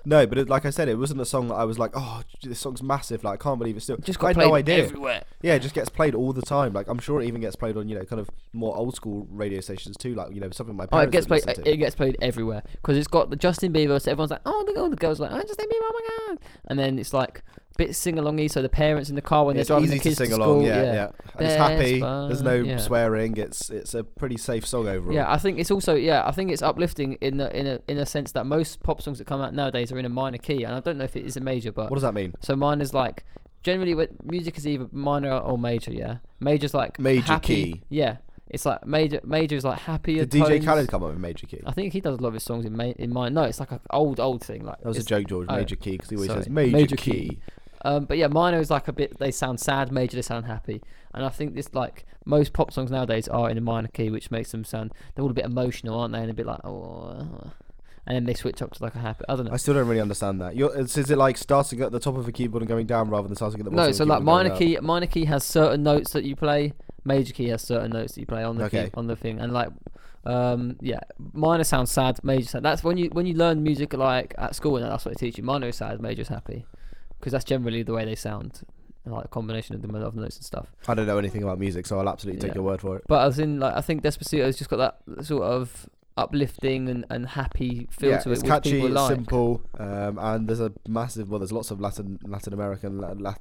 Speaker 2: No, but it, like I said, it wasn't a song that I was like, oh, this song's massive. Like I can't believe it's still.
Speaker 1: It just
Speaker 2: I
Speaker 1: got
Speaker 2: had
Speaker 1: played
Speaker 2: no idea.
Speaker 1: everywhere.
Speaker 2: Yeah, it just gets played all the time. Like I'm sure it even gets played on you know kind of more old school radio stations too. Like you know something my
Speaker 1: Oh,
Speaker 2: parents
Speaker 1: it gets
Speaker 2: would
Speaker 1: played.
Speaker 2: listen to.
Speaker 1: It gets played everywhere because it's got the Justin Bieber. So everyone's like, "Oh, the, all the girls are like, oh, Justin Bieber, oh my god!" And then it's like bit sing-alongy. So the parents in the car when
Speaker 2: it's
Speaker 1: they're driving
Speaker 2: easy
Speaker 1: the kids
Speaker 2: to sing
Speaker 1: school,
Speaker 2: along. Yeah, yeah. And it's happy. There's no
Speaker 1: Despacito.
Speaker 2: swearing. It's it's a pretty safe song overall.
Speaker 1: Yeah, I think it's also yeah, I think it's uplifting in the in a in a sense that most pop songs that come out nowadays are in a minor key, and I don't know if it is a major, but
Speaker 2: What does that mean?
Speaker 1: so mine is like generally when music is either minor or major. Yeah, major's like
Speaker 2: Major
Speaker 1: happy-
Speaker 2: key.
Speaker 1: Yeah, it's like major major is like happier.
Speaker 2: Did DJ
Speaker 1: tones.
Speaker 2: Khaled come up with Major Key?
Speaker 1: I think he does a lot of his songs in ma- in minor. No, it's like an old old thing. Like
Speaker 2: That was a
Speaker 1: it's-
Speaker 2: joke, George.
Speaker 1: oh,
Speaker 2: Major Key, because he always
Speaker 1: sorry,
Speaker 2: says Major,
Speaker 1: Major
Speaker 2: key.
Speaker 1: Key. Um, but yeah, minor is like a bit. They sound sad. Major, they sound happy. And I think this like most pop songs nowadays are in a minor key, which makes them sound they're all a bit emotional, aren't they? And a bit like oh, and then they switch up to like a happy. I don't know.
Speaker 2: I still don't really understand that. You're, it's- is it like starting at the top of a keyboard and going down rather than starting at the bottom?
Speaker 1: no,
Speaker 2: of
Speaker 1: so
Speaker 2: the
Speaker 1: like
Speaker 2: keyboard and going
Speaker 1: minor
Speaker 2: up?
Speaker 1: key, minor key has certain notes that you play. Major key has certain notes that you play on the key,
Speaker 2: Okay.
Speaker 1: on the thing, and like, um, yeah, minor sounds sad, major sad. That's when you when you learn music like at school, and that's what they teach you. Minor is sad, major is happy, because that's generally the way they sound, like a combination of the of the notes and stuff.
Speaker 2: I don't know anything about music, so I'll absolutely take
Speaker 1: Yeah.
Speaker 2: your word for it.
Speaker 1: But as in, like, I think Despacito's just got that sort of uplifting and, and happy feel
Speaker 2: yeah,
Speaker 1: to it,
Speaker 2: it's
Speaker 1: which
Speaker 2: catchy,
Speaker 1: people
Speaker 2: it's
Speaker 1: like.
Speaker 2: simple, um, and there's a massive. Well, there's lots of Latin, Latin American, La, La-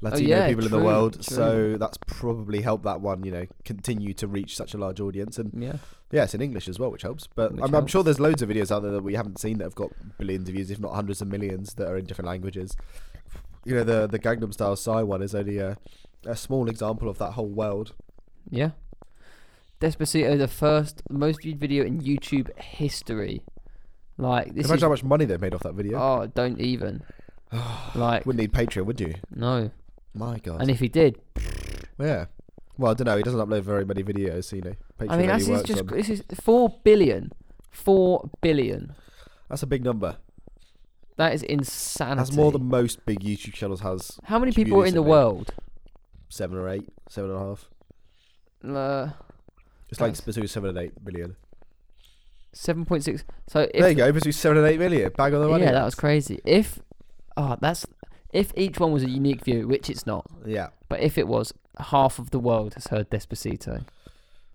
Speaker 2: Latino
Speaker 1: Oh, yeah,
Speaker 2: people in
Speaker 1: true,
Speaker 2: the world,
Speaker 1: true.
Speaker 2: so that's probably helped that one. You know, continue to reach such a large audience, and
Speaker 1: Yeah,
Speaker 2: yeah, it's in English as well, which helps. But
Speaker 1: Which
Speaker 2: I'm, I'm sure there's loads of videos out there that we haven't seen that have got billions of views, if not hundreds of millions, that are in different languages. You know, the the Gangnam Style Psy one is only a, a small example of that whole world.
Speaker 1: yeah. Despacito, the first most viewed video in YouTube history. Like this
Speaker 2: Imagine how
Speaker 1: is
Speaker 2: much money they've made off that video.
Speaker 1: oh, don't even. like
Speaker 2: Wouldn't need Patreon, would you?
Speaker 1: no,
Speaker 2: My God.
Speaker 1: and if he did,
Speaker 2: yeah. Well, I don't know. He doesn't upload very many videos, so, you know. Patreon
Speaker 1: I mean,
Speaker 2: only
Speaker 1: this is
Speaker 2: works
Speaker 1: just
Speaker 2: on-
Speaker 1: this is four billion, four billion.
Speaker 2: that's a big number.
Speaker 1: That is insanity.
Speaker 2: That's more than most big YouTube channels has.
Speaker 1: how many people are in the
Speaker 2: community.
Speaker 1: world?
Speaker 2: Seven or eight, seven and a half.
Speaker 1: Uh,
Speaker 2: It's like
Speaker 1: That's-
Speaker 2: between seven and eight million.
Speaker 1: Seven point six. So if
Speaker 2: there you go, between seven and eight million. Bang on the money.
Speaker 1: Yeah, that was crazy. If oh, that's if each one was a unique view, which it's not,
Speaker 2: Yeah.
Speaker 1: but if it was, half of the world has heard Despacito.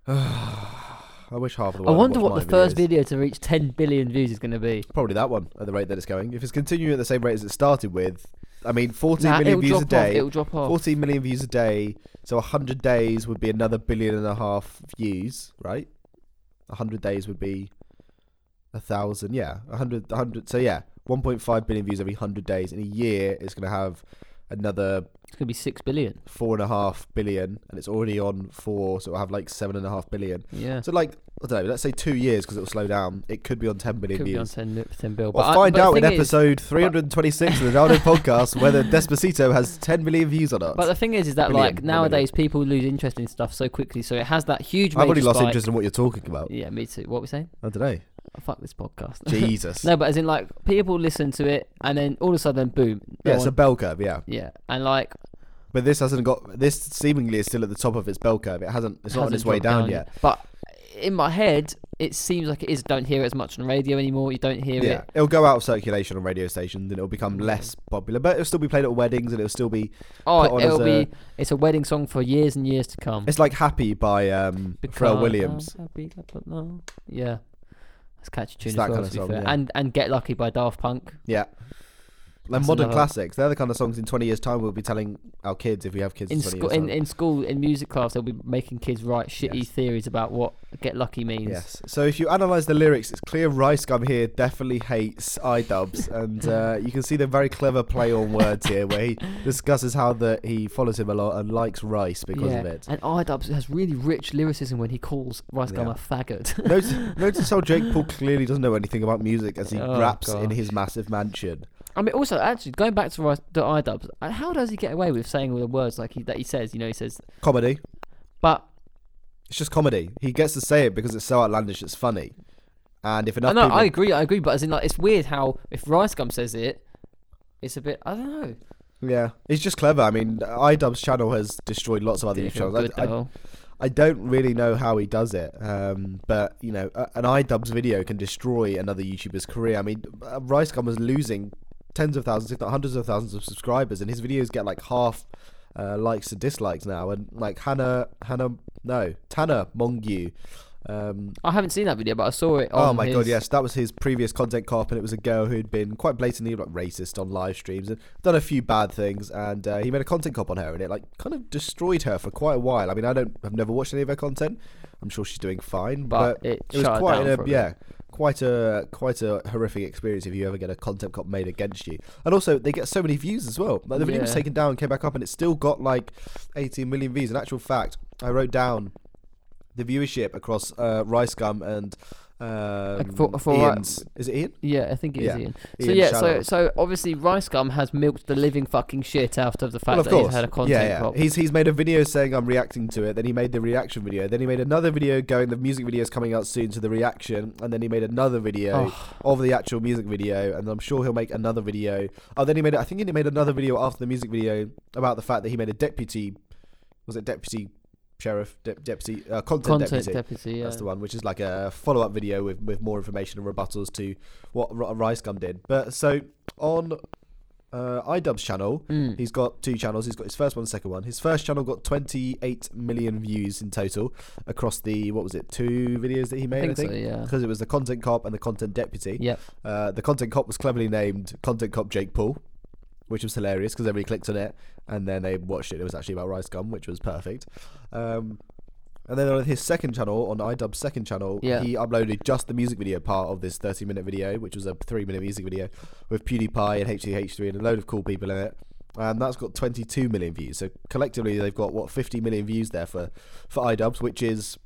Speaker 2: I wish half of the
Speaker 1: I
Speaker 2: world.
Speaker 1: wonder
Speaker 2: had watched
Speaker 1: what the
Speaker 2: my
Speaker 1: first
Speaker 2: videos.
Speaker 1: video to reach 10 billion views is going to be.
Speaker 2: Probably that one at the rate that it's going. If it's continuing at the same rate as it started with, I mean, 14
Speaker 1: Nah,
Speaker 2: million
Speaker 1: it'll
Speaker 2: views
Speaker 1: drop
Speaker 2: a
Speaker 1: off.
Speaker 2: day.
Speaker 1: It'll drop off.
Speaker 2: 14 million views a day. So 100 days would be another billion and a half views, right? 100 days would be a thousand. Yeah, 100. 100 so yeah, 1.5 billion views every 100 days. In a year, it's going to have another
Speaker 1: It's going to be 6 billion.
Speaker 2: four and a half billion, and it's already on four, so it'll have like seven and a half billion.
Speaker 1: Yeah.
Speaker 2: So like I don't know, let's say two years because it'll slow down. It could be on ten billion
Speaker 1: Could be on
Speaker 2: views.
Speaker 1: 10, li- 10 bill.
Speaker 2: We'll
Speaker 1: but I-
Speaker 2: find
Speaker 1: but the
Speaker 2: out in
Speaker 1: thing is-
Speaker 2: episode 326 of the Download podcast whether Despacito has 10 million views or not.
Speaker 1: But the thing is, is that like
Speaker 2: Billion, not
Speaker 1: nowadays people lose interest in stuff so quickly, so it has that huge.
Speaker 2: I've already
Speaker 1: major
Speaker 2: lost
Speaker 1: spike.
Speaker 2: interest in what you're talking about.
Speaker 1: Yeah, me too. What were we saying?
Speaker 2: I don't know.
Speaker 1: Oh, fuck this podcast.
Speaker 2: Jesus.
Speaker 1: no, but as in like people listen to it and then all of a sudden, boom. no
Speaker 2: yeah, it's
Speaker 1: one-
Speaker 2: a bell curve, yeah.
Speaker 1: yeah, and like
Speaker 2: But this hasn't got this seemingly is still at the top of its bell curve. It hasn't it's not on
Speaker 1: hasn't
Speaker 2: its way
Speaker 1: dropped
Speaker 2: down, yet.
Speaker 1: But in my head, it seems like it is. Don't hear it as much on radio anymore. You don't hear
Speaker 2: Yeah.
Speaker 1: it.
Speaker 2: It'll go out of circulation on radio stations and it'll become less popular. But it'll still be played at weddings and it'll still be Put
Speaker 1: Oh,
Speaker 2: on
Speaker 1: it'll
Speaker 2: as a-
Speaker 1: be. It's a wedding song for years and years to come.
Speaker 2: it's like Happy by um
Speaker 1: Because
Speaker 2: Pharrell Williams.
Speaker 1: I'm happy, blah, blah, blah. Yeah, that's a catchy tune
Speaker 2: It's
Speaker 1: as
Speaker 2: that
Speaker 1: well.
Speaker 2: kind
Speaker 1: to
Speaker 2: of
Speaker 1: be
Speaker 2: song,
Speaker 1: fair.
Speaker 2: yeah.
Speaker 1: And and Get Lucky by Daft Punk.
Speaker 2: Yeah. Like
Speaker 1: That's
Speaker 2: modern
Speaker 1: another-
Speaker 2: classics. They're the kind of songs in 20 years' time we'll be telling our kids if we have kids in,
Speaker 1: in
Speaker 2: 20
Speaker 1: school
Speaker 2: years'
Speaker 1: in,
Speaker 2: time.
Speaker 1: in school in music class they'll be making kids write shitty
Speaker 2: Yes.
Speaker 1: theories about what get lucky means
Speaker 2: Yes. So if you analyse the lyrics, it's clear Rice Gum here definitely hates iDubbbz, and uh, you can see the very clever play on words here, where he discusses how that he follows him a lot and likes Rice because
Speaker 1: yeah.
Speaker 2: of it.
Speaker 1: And iDubbbz has really rich lyricism when he calls Rice Gum
Speaker 2: Yeah.
Speaker 1: a faggot.
Speaker 2: Notice, notice how Jake Paul clearly doesn't know anything about music as he
Speaker 1: Oh,
Speaker 2: raps in
Speaker 1: gosh.
Speaker 2: his massive mansion.
Speaker 1: I mean, also actually going back to Rice, the iDubbbz, uh, how does he get away with saying all the words like he that he says? You know, he says,
Speaker 2: Comedy.
Speaker 1: but
Speaker 2: It's just comedy. He gets to say it because it's so outlandish, it's funny. And if
Speaker 1: no,
Speaker 2: enough
Speaker 1: no,
Speaker 2: people,
Speaker 1: I agree, I agree. But as in, like, it's weird how if Rice Gum says it, it's a bit I don't know.
Speaker 2: yeah, it's just clever. I mean, iDubbbz channel has destroyed lots of other
Speaker 1: Didn't
Speaker 2: YouTube
Speaker 1: feel
Speaker 2: channels. I-
Speaker 1: good,
Speaker 2: I,
Speaker 1: though.
Speaker 2: I don't really know how he does it, um, but you know, a- an iDubbbz video can destroy another YouTuber's career. I mean, uh, Ricegum was losing tens of thousands, if not hundreds of thousands, of subscribers, and his videos get like half uh, likes and dislikes now. And like Hannah, Hannah, no, Tanner Mongeau. Um,
Speaker 1: I haven't seen that video, but I saw it. On
Speaker 2: oh my god,
Speaker 1: his-
Speaker 2: yes, that was his previous content cop, and it was a girl who'd been quite blatantly like racist on live streams and done a few bad things, and uh, he made a content cop on her, and it like kind of destroyed her for quite a while. I mean, I don't, I've never watched any of her content. I'm sure she's doing fine,
Speaker 1: But
Speaker 2: but,
Speaker 1: it
Speaker 2: was
Speaker 1: shut her
Speaker 2: quite
Speaker 1: down
Speaker 2: a,
Speaker 1: for a bit.
Speaker 2: yeah, quite a quite a horrific experience if you ever get a content cop made against you. And also, they get so many views as well. Like the video was
Speaker 1: Yeah.
Speaker 2: taken down, came back up, and it still got like 18 million views. In actual fact, I wrote down the viewership across uh, Rice Gum and um,
Speaker 1: for- for, uh,
Speaker 2: Ian's. is it Ian?
Speaker 1: Yeah, I think it is
Speaker 2: Yeah.
Speaker 1: Ian. So
Speaker 2: Ian
Speaker 1: yeah, so
Speaker 2: Shallow.
Speaker 1: so obviously Rice Gum has milked the living fucking shit out of the fact
Speaker 2: Well, of
Speaker 1: that
Speaker 2: course.
Speaker 1: he's had a
Speaker 2: yeah,
Speaker 1: content
Speaker 2: yeah.
Speaker 1: cop.
Speaker 2: He's he's made a video saying I'm reacting to it. Then he made the reaction video. Then he made another video going the music video is coming out soon to the reaction. And then he made another video
Speaker 1: Oh.
Speaker 2: of the actual music video. And I'm sure he'll make another video. Oh, then he made I think he made another video after the music video about the fact that he made a deputy. Was it deputy sheriff? De- deputy uh, content,
Speaker 1: content
Speaker 2: deputy.
Speaker 1: deputy. yeah.
Speaker 2: That's the one, which is like a follow up video with, with more information and rebuttals to what R- Rice Gum did. But so on uh, iDubbbz channel,
Speaker 1: Mm.
Speaker 2: he's got two channels. He's got his first one, second one. His first channel got 28 million views in total across the, what was it, two videos that he
Speaker 1: I
Speaker 2: made, I
Speaker 1: think so,
Speaker 2: think?
Speaker 1: yeah.
Speaker 2: Because it was the content cop and the content deputy.
Speaker 1: Yep.
Speaker 2: Uh, the content cop was cleverly named Content Cop Jake Paul, which was hilarious because everybody clicked on it and then they watched it. It was actually about Rice Gum, which was perfect. Um, and then on his second channel, on iDubbbz's second channel,
Speaker 1: Yeah.
Speaker 2: he uploaded just the music video part of this 30 minute video, which was a three minute music video with PewDiePie and HTH3 and a load of cool people in it. And that's got 22 million views. So collectively, they've got what 50 million views there for for iDubbbz, which is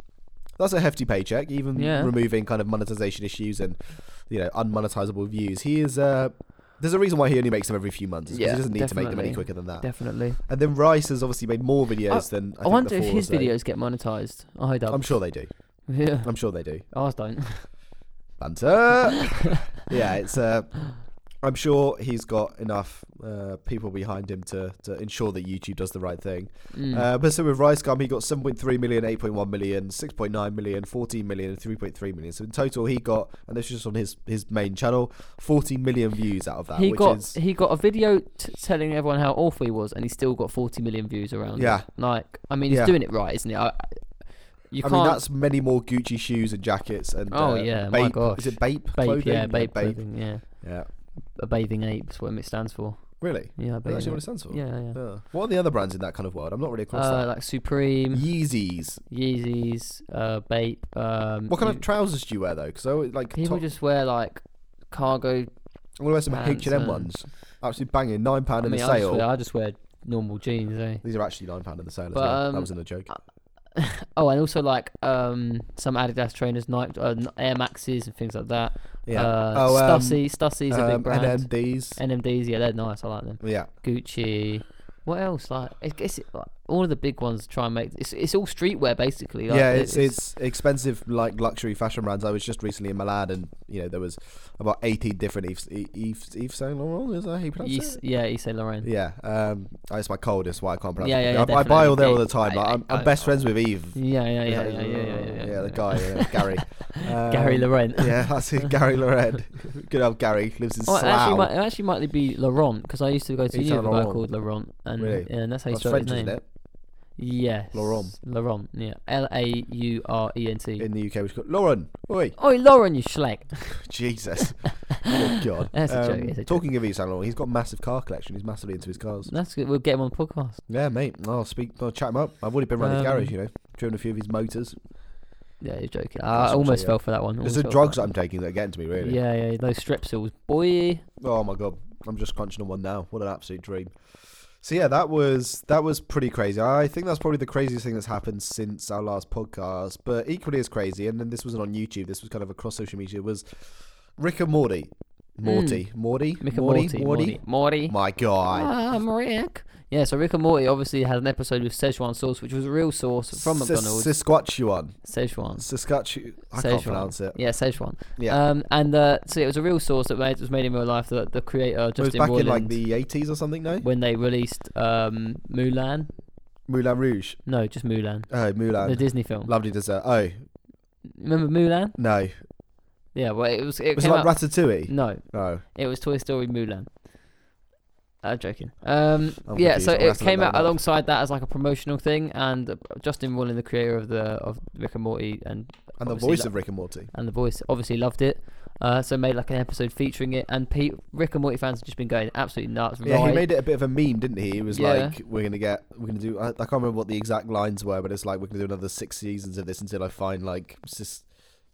Speaker 2: that's a hefty paycheck, even
Speaker 1: Yeah.
Speaker 2: removing kind of monetization issues and you know unmonetizable views. He is uh, there's a reason why he only makes them every few months. Yeah,
Speaker 1: Yeah,
Speaker 2: he doesn't need to make them any
Speaker 1: definitely.
Speaker 2: quicker than that.
Speaker 1: Definitely.
Speaker 2: and then Rice has obviously made more videos than I,
Speaker 1: I,
Speaker 2: think
Speaker 1: wonder
Speaker 2: the
Speaker 1: if
Speaker 2: four or
Speaker 1: his
Speaker 2: so.
Speaker 1: videos get monetized. I don't.
Speaker 2: I'm sure they do.
Speaker 1: yeah.
Speaker 2: I'm sure they do.
Speaker 1: Ours don't.
Speaker 2: Banter. yeah, it's. Uh, I'm sure he's got enough uh, people behind him to, to ensure that YouTube does the right thing.
Speaker 1: Mm.
Speaker 2: Uh, but so with Rice Gum, he got 7.3 million, 8.1 million, 6.9 million, 14 million, and 3.3 million. So in total, he got, and this is just on his, his main channel, 40 million views out of that.
Speaker 1: he
Speaker 2: which
Speaker 1: got
Speaker 2: is,
Speaker 1: he got a video t- telling everyone how awful he was, and he still got 40 million views around. it.
Speaker 2: Yeah.
Speaker 1: Like, I mean, he's
Speaker 2: Yeah.
Speaker 1: doing it right, isn't he? I, you
Speaker 2: I
Speaker 1: can't.
Speaker 2: mean, that's many more Gucci shoes and jackets and.
Speaker 1: Oh,
Speaker 2: uh,
Speaker 1: yeah, my
Speaker 2: Bape.
Speaker 1: gosh.
Speaker 2: Is it Bape?
Speaker 1: babe,
Speaker 2: clothing?
Speaker 1: yeah, babe,
Speaker 2: Bape.
Speaker 1: clothing, yeah.
Speaker 2: Yeah.
Speaker 1: A bathing ape is what it stands for.
Speaker 2: Really?
Speaker 1: Yeah, bathing
Speaker 2: That's actually what it
Speaker 1: ape.
Speaker 2: stands for.
Speaker 1: yeah, yeah.
Speaker 2: Oh. What are the other brands in that kind of world? I'm not really across
Speaker 1: Uh,
Speaker 2: that.
Speaker 1: like Supreme,
Speaker 2: Yeezys.
Speaker 1: Yeezys, uh, Bape. Um,
Speaker 2: What kind
Speaker 1: you-
Speaker 2: of trousers do you wear though? Because I always, like
Speaker 1: people
Speaker 2: top,
Speaker 1: just wear like cargo?
Speaker 2: I'm gonna wear some
Speaker 1: pants
Speaker 2: H and M
Speaker 1: and-
Speaker 2: ones. Absolutely banging, nine
Speaker 1: I
Speaker 2: pound in
Speaker 1: mean,
Speaker 2: the
Speaker 1: I just,
Speaker 2: sale.
Speaker 1: wear, I just wear normal jeans. Eh?
Speaker 2: These are actually nine pound in the sale. As
Speaker 1: But,
Speaker 2: well. that
Speaker 1: um,
Speaker 2: wasn't a joke.
Speaker 1: Oh, and also like um some Adidas trainers, Nike, uh, N- Air Maxes, and things like that.
Speaker 2: Yeah.
Speaker 1: Uh,
Speaker 2: Oh, um,
Speaker 1: Stussy, Stussy's a big
Speaker 2: Um,
Speaker 1: brand.
Speaker 2: And then these.
Speaker 1: NMDs, yeah, they're nice. I like them.
Speaker 2: yeah.
Speaker 1: Gucci. What else? Like, I guess it, like, all of the big ones try and make it's it's all streetwear basically. Like,
Speaker 2: yeah, it's, it's expensive, like luxury fashion brands. I was just recently in Milan, and you know there was about eighteen different Yves E, Yves, Yves Saint Laurent. Is that how you pronounce
Speaker 1: Yves,
Speaker 2: it?
Speaker 1: yeah, Yves Saint Laurent.
Speaker 2: Yeah, um, it's my cold. It's why I can't pronounce
Speaker 1: Yeah,
Speaker 2: it.
Speaker 1: yeah, yeah,
Speaker 2: I, I buy all there all the
Speaker 1: definitely.
Speaker 2: time. Like, I'm,
Speaker 1: I- I-
Speaker 2: I'm best friends with Eve.
Speaker 1: Yeah, yeah, yeah, yeah,
Speaker 2: Like,
Speaker 1: yeah, yeah, yeah, yeah,
Speaker 2: the guy, yeah, Gary, um,
Speaker 1: Gary Laurent.
Speaker 2: Yeah, that's it, Gary Laurent. Good old Gary lives in
Speaker 1: Oh, it actually,
Speaker 2: Slough.
Speaker 1: might, it actually might be Laurent because I used to go to
Speaker 2: Yves
Speaker 1: uni with a
Speaker 2: Saint
Speaker 1: guy
Speaker 2: Laurent.
Speaker 1: called Laurent, and,
Speaker 2: Really?
Speaker 1: yeah, and that's how he
Speaker 2: That's
Speaker 1: spelled his
Speaker 2: French, isn't
Speaker 1: name.
Speaker 2: it?
Speaker 1: Yes,
Speaker 2: Laurent.
Speaker 1: Laurent. Yeah, L A U R E N T.
Speaker 2: In the UK, we call Lauren. Oi,
Speaker 1: Oh, Lauren, you schlag.
Speaker 2: Jesus. Oh God.
Speaker 1: That's a joke, it's a joke.
Speaker 2: Talking of Yves Saint Laurent, he's got massive car collection. He's massively into his cars.
Speaker 1: That's good. We'll get him on the podcast.
Speaker 2: Yeah, mate. I'll speak. I'll chat him up. I've already been around his
Speaker 1: Um,
Speaker 2: garage. You know, driven a few of his motors.
Speaker 1: Yeah, you're joking.
Speaker 2: That's
Speaker 1: I
Speaker 2: what I'm
Speaker 1: almost
Speaker 2: saying,
Speaker 1: fell for that one.
Speaker 2: It's
Speaker 1: almost
Speaker 2: the
Speaker 1: fell for
Speaker 2: drugs that
Speaker 1: that.
Speaker 2: I'm taking that are getting to me, really.
Speaker 1: Yeah, yeah, those strepsils. Boy,
Speaker 2: Oh my god, I'm just crunching on one now. What an absolute dream. So yeah, that was that was pretty crazy. I think that's probably the craziest thing that's happened since our last podcast, but equally as crazy. And then this wasn't on YouTube. This was kind of across social media. Was Rick and Morty, Morty, Morty,
Speaker 1: Hmm. Rick and
Speaker 2: Morty,
Speaker 1: Morty, Morty, Morty.
Speaker 2: My God,
Speaker 1: Ah, I'm Rick. Yeah, so Rick and Morty obviously had an episode with Szechuan sauce, which was real sauce from
Speaker 2: Sis-
Speaker 1: McDonald's.
Speaker 2: Saskatchewan,
Speaker 1: Szechuan.
Speaker 2: Saskatchewan. I
Speaker 1: Szechuan.
Speaker 2: can't pronounce it.
Speaker 1: Yeah, Szechuan.
Speaker 2: Yeah,
Speaker 1: Um, and uh, so it was a real source that made, was made in real life. The, the creator
Speaker 2: it was
Speaker 1: Justin
Speaker 2: back in like
Speaker 1: Roiland,
Speaker 2: the 80s or something. No,
Speaker 1: when they released um, Mulan.
Speaker 2: Moulin Rouge.
Speaker 1: No, just Mulan,
Speaker 2: Oh,
Speaker 1: the
Speaker 2: Moulin.
Speaker 1: Disney film.
Speaker 2: Lovely dessert. Oh
Speaker 1: Remember Mulan?
Speaker 2: no,
Speaker 1: Yeah, well, it was. It
Speaker 2: was it
Speaker 1: came
Speaker 2: like
Speaker 1: out-
Speaker 2: Ratatouille?
Speaker 1: No,
Speaker 2: No.
Speaker 1: it was Toy Story Mulan. I'm joking. Um,
Speaker 2: I'm
Speaker 1: yeah,
Speaker 2: confused.
Speaker 1: so
Speaker 2: I'm gonna
Speaker 1: it
Speaker 2: have to look
Speaker 1: came
Speaker 2: that
Speaker 1: out
Speaker 2: one up.
Speaker 1: alongside that as like a promotional thing, and uh, Justin Roiland, the creator of the of Rick and Morty, and
Speaker 2: And the
Speaker 1: Obviously,
Speaker 2: voice
Speaker 1: like-
Speaker 2: of Rick and Morty.
Speaker 1: and the voice obviously loved it. Uh, so made like an episode featuring it, and Pete, Rick and Morty fans have just been going absolutely nuts.
Speaker 2: Yeah, he
Speaker 1: right.
Speaker 2: made it a bit of a meme, didn't he? He was
Speaker 1: Yeah.
Speaker 2: like, "We're gonna get, we're gonna do." I, I can't remember what the exact lines were, but it's like we're gonna do another six seasons of this until I find like Sis-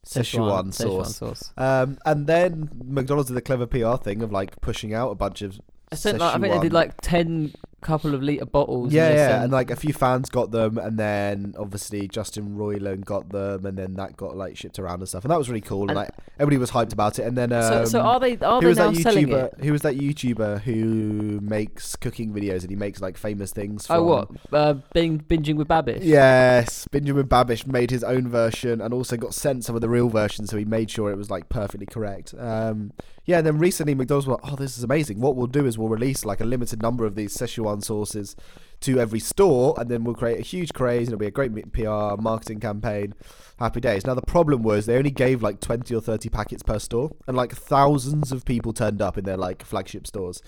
Speaker 2: Sichuan,
Speaker 1: Szechuan
Speaker 2: sauce.
Speaker 1: sauce.
Speaker 2: Um, and then McDonald's did the clever PR thing of like pushing out a bunch of.
Speaker 1: I sent like I think they
Speaker 2: Szechuan-
Speaker 1: did like ten couple of liter bottles. um,
Speaker 2: Yeah,
Speaker 1: and they
Speaker 2: yeah,
Speaker 1: sent-
Speaker 2: and like a few fans got them, and then obviously Justin Roiland got them, and then that got like shipped around and stuff, and that was really cool, and,
Speaker 1: And-
Speaker 2: like everybody was hyped about it. And then um,
Speaker 1: so, so are they are
Speaker 2: who
Speaker 1: they
Speaker 2: was
Speaker 1: now
Speaker 2: that
Speaker 1: selling it?
Speaker 2: YouTuber? Who was that YouTuber who makes cooking videos and he makes like famous things? From...
Speaker 1: Oh what? Uh, bing, binging with Babish.
Speaker 2: Yes, Benjamin Babish made his own version and also got sent some of the real version, so he made sure it was like perfectly correct. Um, yeah, and then recently McDonald's were like, "Oh, this is amazing! What we'll do is we'll release like a limited number of these Szechuan sauces to every store, and then we'll create a huge craze, and it'll be a great PR marketing campaign. Happy days!" Now the problem was they only gave like twenty or thirty packets per store, and like thousands of people turned up in their like flagship stores.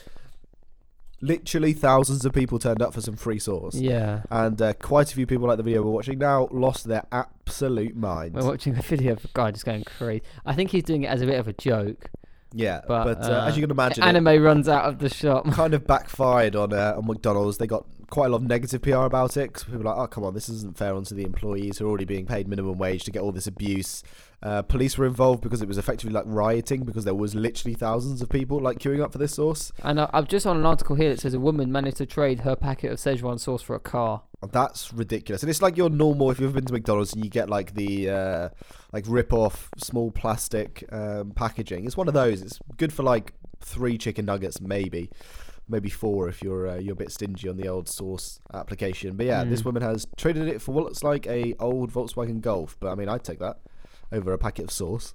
Speaker 2: Literally thousands of people turned up for some free sauce
Speaker 1: Yeah.
Speaker 2: and uh, quite a few people like the video we're watching now lost their absolute minds.
Speaker 1: We're watching a video of a guy just going crazy. I think he's doing it as a bit of a joke.
Speaker 2: yeah,
Speaker 1: but,
Speaker 2: but, uh,
Speaker 1: uh,
Speaker 2: as you can imagine,
Speaker 1: Anime runs out of the shop.
Speaker 2: it kind of backfired on uh, on McDonald's. They got quite a lot of negative PR about it 'cause people were like, "Oh, come on, this isn't fair onto the employees who are already being paid minimum wage to get all this abuse." Uh, police were involved because it was effectively like rioting because there was literally thousands of people like queuing up for this sauce.
Speaker 1: And I, I'm just on an article here that says a woman managed to trade her packet of Szechuan sauce for a car.
Speaker 2: That's ridiculous. And it's like your normal if you've ever been to McDonald's and you get like the uh, like rip off small plastic um, packaging. It's one of those. It's good for like three chicken nuggets maybe. Maybe four if you're uh, you're a bit stingy on the old sauce application, but yeah, this
Speaker 1: Mm.
Speaker 2: woman has traded it for what looks like a old Volkswagen Golf. But I mean, I'd take that over a packet of sauce.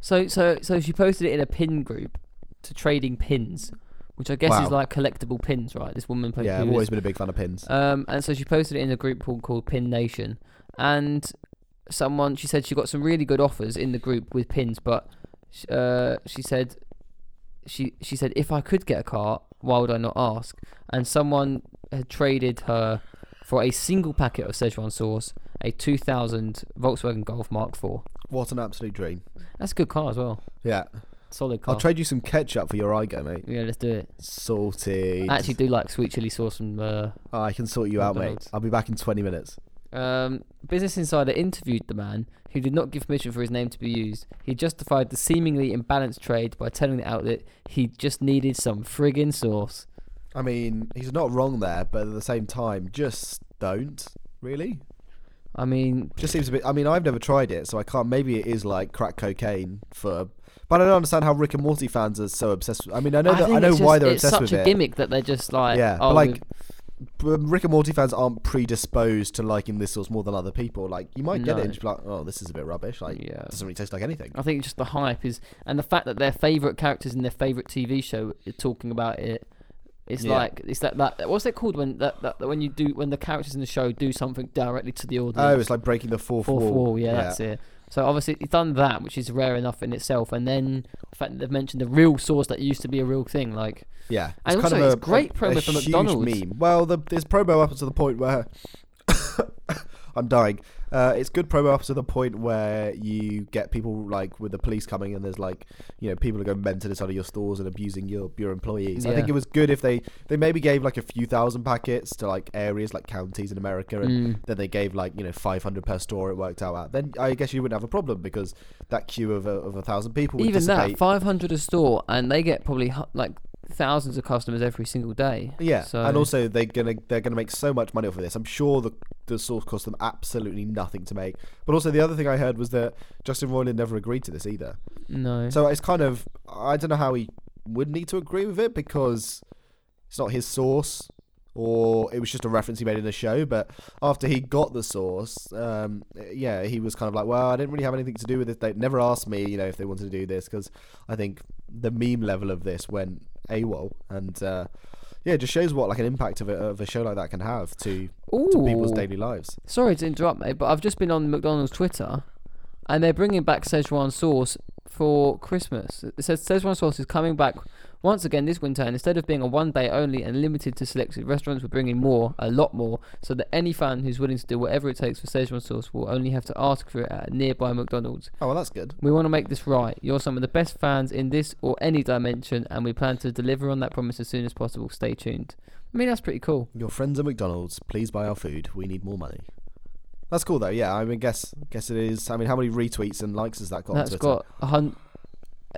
Speaker 1: So so so she posted it in a pin group to trading pins, which I guess is
Speaker 2: Wow.
Speaker 1: like collectible pins, right? This woman po-
Speaker 2: yeah,
Speaker 1: who
Speaker 2: I've
Speaker 1: is-
Speaker 2: always been a big fan of pins.
Speaker 1: Um, and so she posted it in a group called, called Pin Nation, and someone she said she got some really good offers in the group with pins, but sh- uh, she said she she said if I could get a car, why would I not ask? And someone had traded her for a single packet of Szechuan sauce, a 2000 Volkswagen Golf Mark IV.
Speaker 2: What an absolute dream!
Speaker 1: That's a good car as well,
Speaker 2: Yeah,
Speaker 1: solid car.
Speaker 2: I'll trade you some ketchup for your Igo, mate.
Speaker 1: yeah, let's do it.
Speaker 2: Salty.
Speaker 1: I actually do like sweet chili sauce from uh,
Speaker 2: Oh, I can sort you out, mate.
Speaker 1: McDonald's.
Speaker 2: I'll be back in 20 minutes.
Speaker 1: Um, Business Insider interviewed the man who did not give permission for his name to be used. He justified the seemingly imbalanced trade by telling the outlet he just needed some friggin' sauce.
Speaker 2: I mean, he's not wrong there, but at the same time, just don't really.
Speaker 1: I mean,
Speaker 2: Just seems a bit. I mean, I've never tried it, so I can't. Maybe it is like crack cocaine for. But I don't understand how Rick and Morty fans are so obsessed. With, I mean, I know that
Speaker 1: think
Speaker 2: I know
Speaker 1: it's
Speaker 2: why
Speaker 1: just-
Speaker 2: they're
Speaker 1: it's
Speaker 2: obsessed
Speaker 1: such
Speaker 2: with
Speaker 1: a
Speaker 2: it.
Speaker 1: gimmick that they're just like,
Speaker 2: yeah,
Speaker 1: oh,
Speaker 2: but
Speaker 1: we-
Speaker 2: like. but Rick and Morty fans aren't predisposed to liking this sauce more than other people. Like, you might get it
Speaker 1: No.
Speaker 2: and just be like, "Oh, this is a bit rubbish." Like,
Speaker 1: yeah. Oh,
Speaker 2: it doesn't really taste like anything.
Speaker 1: I think just the hype is, and the fact that their favorite characters in their favorite TV show are talking about it. It's
Speaker 2: Yeah.
Speaker 1: like it's that, that what's it called when that, that when you do when the characters in the show do something directly to the audience.
Speaker 2: Oh, it's like breaking the fourth,
Speaker 1: fourth
Speaker 2: wall.
Speaker 1: wall. Yeah, that's it. So obviously he's done that, which is rare enough in itself, and then the fact that they've mentioned the real source that used to be a real thing, like
Speaker 2: Yeah,
Speaker 1: And also it's great promo for
Speaker 2: huge
Speaker 1: McDonald's.
Speaker 2: Meme. Well, the, there's promo up to the point where I'm dying. Uh, it's good promo up to the point where you get people like with the police coming and there's like you know people are going mental inside of your stores and abusing your your employees. I think
Speaker 1: Yeah.
Speaker 2: it was good if they they maybe gave like a few thousand packets to like areas like counties in America and
Speaker 1: Mm.
Speaker 2: then they gave like you know 500 per store it worked out at. Then I guess you wouldn't have a problem because that queue of a, of a thousand people would
Speaker 1: Even that,
Speaker 2: dissipate.
Speaker 1: 500 a store, and they get probably hu- like thousands of customers every single day.
Speaker 2: Yeah,
Speaker 1: So,
Speaker 2: and also they're gonna they're gonna make so much money off of this. I'm sure the the source cost them absolutely nothing to make. But also the other thing I heard was that Justin Roiland never agreed to this either.
Speaker 1: no.
Speaker 2: So it's kind of I don't know how he would need to agree with it because it's not his source. Or it was just a reference he made in the show, but after he got the source, um, yeah, he was kind of like, "Well, I didn't really have anything to do with it. They never asked me, you know, if they wanted to do this." Because I think the meme level of this went AWOL, and uh, yeah, it just shows what like an impact of a, of a show like that can have to, to people's
Speaker 1: Ooh.
Speaker 2: daily lives.
Speaker 1: Sorry to interrupt, mate, but I've just been on McDonald's Twitter, and they're bringing back Szechuan sauce for Christmas. It says Szechuan sauce is coming back once again this winter, and instead of being a one day only and limited to selected restaurants, we're bringing more, a lot more, so that any fan who's willing to do whatever it takes for Szechuan sauce will only have to ask for it at a nearby McDonald's.
Speaker 2: Oh, well, that's good.
Speaker 1: We want to make this right. You're some of the best fans in this or any dimension, and we plan to deliver on that promise as soon as possible. Stay tuned. I mean, that's pretty cool.
Speaker 2: Your friends at McDonald's, please buy our food. We need more money. That's cool though. Yeah, I mean, guess guess it is. I mean, how many retweets and likes has that got?
Speaker 1: That's
Speaker 2: on Twitter?
Speaker 1: got a hun-